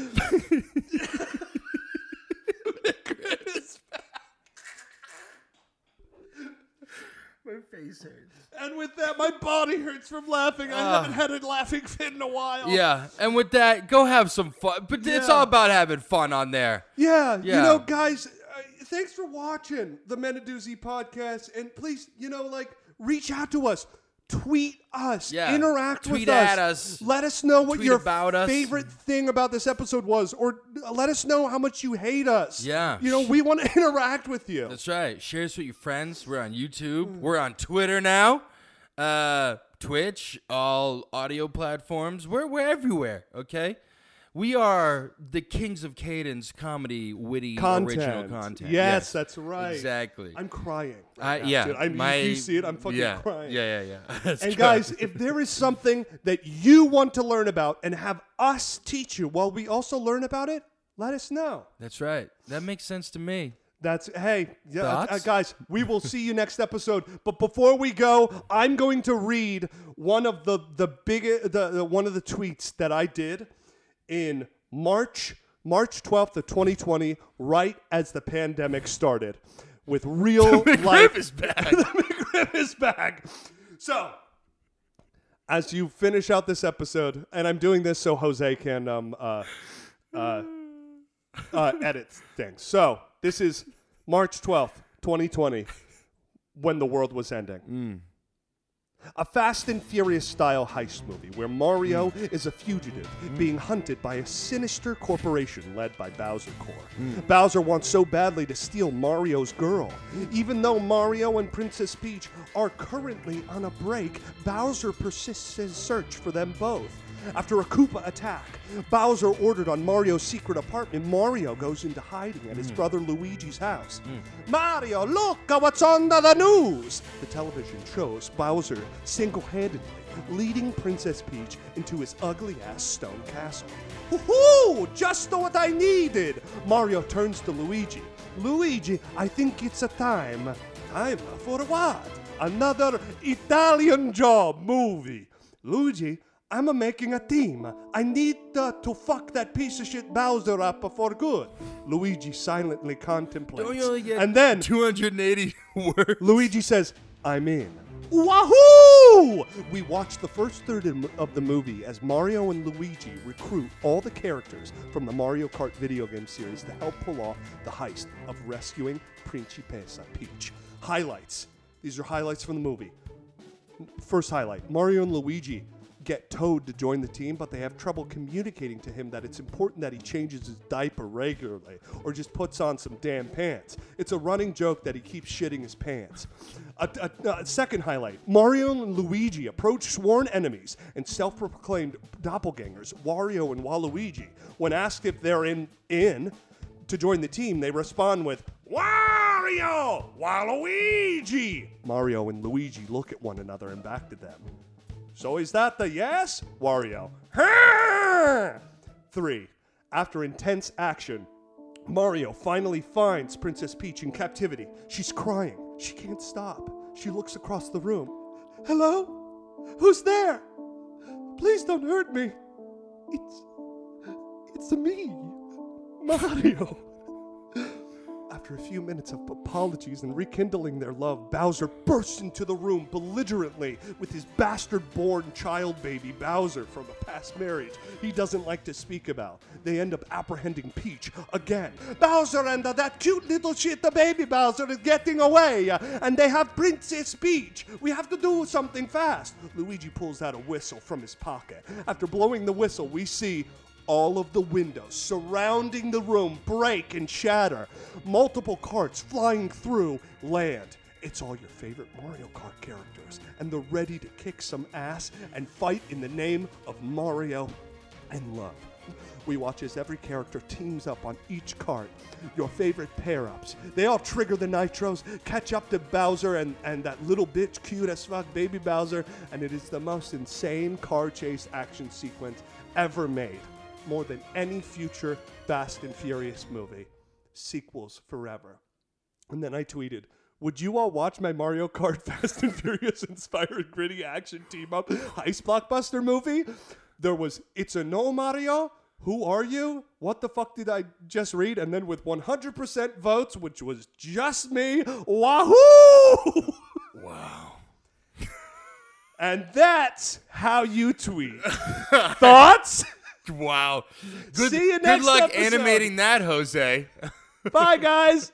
[SPEAKER 2] And with that, my body hurts from laughing. I
[SPEAKER 1] Ah.
[SPEAKER 2] haven't had a laughing fit in a while.
[SPEAKER 1] Yeah, and with that, go have some fun. But it's all about having fun on there.
[SPEAKER 2] Yeah, you
[SPEAKER 1] Yeah.
[SPEAKER 2] know, guys, uh, thanks for watching the Menadoozy podcast, and please, you know, like reach out to us, tweet us,
[SPEAKER 1] Yeah.
[SPEAKER 2] interact
[SPEAKER 1] Tweet
[SPEAKER 2] with us,
[SPEAKER 1] at us.
[SPEAKER 2] let us know what
[SPEAKER 1] Tweet
[SPEAKER 2] your
[SPEAKER 1] about us.
[SPEAKER 2] favorite thing about this episode was, or uh, let us know how much you hate us.
[SPEAKER 1] Yeah.
[SPEAKER 2] you know, we want to <laughs> interact with you.
[SPEAKER 1] That's right. Share us with your friends. We're on YouTube. We're on Twitter now. Uh, Twitch, all audio platforms. We're we're everywhere. Okay, we are the kings of cadence, comedy, witty, original content.
[SPEAKER 2] Yes, that's right.
[SPEAKER 1] Exactly.
[SPEAKER 2] I'm crying.
[SPEAKER 1] I-
[SPEAKER 2] right now,
[SPEAKER 1] yeah,
[SPEAKER 2] dude. I'm, you-
[SPEAKER 1] my-
[SPEAKER 2] you see it. I'm fucking
[SPEAKER 1] yeah,
[SPEAKER 2] crying.
[SPEAKER 1] Yeah, yeah, yeah. <laughs> That's
[SPEAKER 2] And
[SPEAKER 1] good.
[SPEAKER 2] guys, if there is something that you want to learn about and have us teach you while we also learn about it, let us know.
[SPEAKER 1] that's right. That makes sense to me.
[SPEAKER 2] That's hey, yeah, uh,
[SPEAKER 1] Thoughts?
[SPEAKER 2] guys, we will see you next episode. But before we go, I'm going to read one of the the big the, the one of the tweets that I did in March March 12th of 2020, right as the pandemic started, with <laughs> real life is back. <laughs> the McRib is back. So. As you finish out this episode, and I'm doing this so Jose can um, uh, uh, edit things. So this is March 12th, 2020, when the world was ending. A Fast and Furious style heist movie where Mario is a fugitive being hunted by a sinister corporation led by Bowser Corps. Bowser wants so badly to steal Mario's girl. Even though Mario and Princess Peach are currently on a break, Bowser persists his search for them both. After a Koopa attack, Bowser ordered on Mario's secret apartment, Mario goes into hiding at his brother Luigi's house. Mario, look at what's on the- the news! The television shows Bowser single handedly leading Princess Peach into his ugly ass stone castle. Woohoo! Just what I needed! Mario turns to Luigi. Luigi, I think it's a time. Time for what? Another Italian job movie. Luigi, I'm a making a team. I need uh, to fuck that piece of shit Bowser up for good. Luigi silently contemplates.
[SPEAKER 1] Don't you only get
[SPEAKER 2] and then
[SPEAKER 1] 280 <laughs> words.
[SPEAKER 2] Luigi says, I'm in. Wahoo! We watch the first third of- of the movie as Mario and Luigi recruit all the characters from the Mario Kart video game series to help pull off the heist of rescuing Principessa Peach. Highlights. These are highlights from the movie. First highlight Mario and Luigi get Toad to join the team, but they have trouble communicating to him that it's important that he changes his diaper regularly or just puts on some damn pants. It's a running joke that he keeps shitting his pants. A, a- a second highlight Mario and Luigi approach sworn enemies and self proclaimed doppelgangers, Wario and Waluigi. When asked if they're in, in, to join the team, they respond with Wario! Waluigi! Mario and Luigi look at one another and back to them. So is that the yes? <laughs> Wario. "Huh!" Three. After intense action, Mario finally finds Princess Peach in captivity. She's crying. She can't stop. She looks across the room. Hello? Who's there? Please don't hurt me. It's. It's me, Mario. After a few minutes of apologies and rekindling their love, Bowser bursts into the room belligerently with his bastard born child baby, Bowser, from a past marriage he doesn't like to speak about. They end up apprehending Peach again. Bowser and uh, that cute little shit, the baby Bowser, is getting away, uh, and they have Princess Peach. We have to do something fast. Luigi pulls out a whistle from his pocket. After blowing the whistle, we see all of the windows surrounding the room break and shatter. Multiple carts flying through land. It's all your favorite Mario Kart characters, and they're ready to kick some ass and fight in the name of Mario and love. We watch as every character teams up on each cart. Your favorite pair ups. They all trigger the nitros, catch up to Bowser and, and that little bitch, cute as fuck, baby Bowser, and it is the most insane car chase action sequence ever made. More than any future Fast and Furious movie. Sequels forever. And then I tweeted, would you all watch my Mario Kart <laughs> Fast and Furious inspired gritty action team up heist blockbuster movie? There was It's a No Mario, Who Are You? What the fuck did I just read? And then with 100% votes, which was just me, wahoo! <laughs>
[SPEAKER 1] Wow.
[SPEAKER 2] And that's how you tweet. Thoughts?
[SPEAKER 1] Wow. Good,
[SPEAKER 2] See you
[SPEAKER 1] good
[SPEAKER 2] next
[SPEAKER 1] luck
[SPEAKER 2] episode.
[SPEAKER 1] animating that, Jose.
[SPEAKER 2] Bye, guys.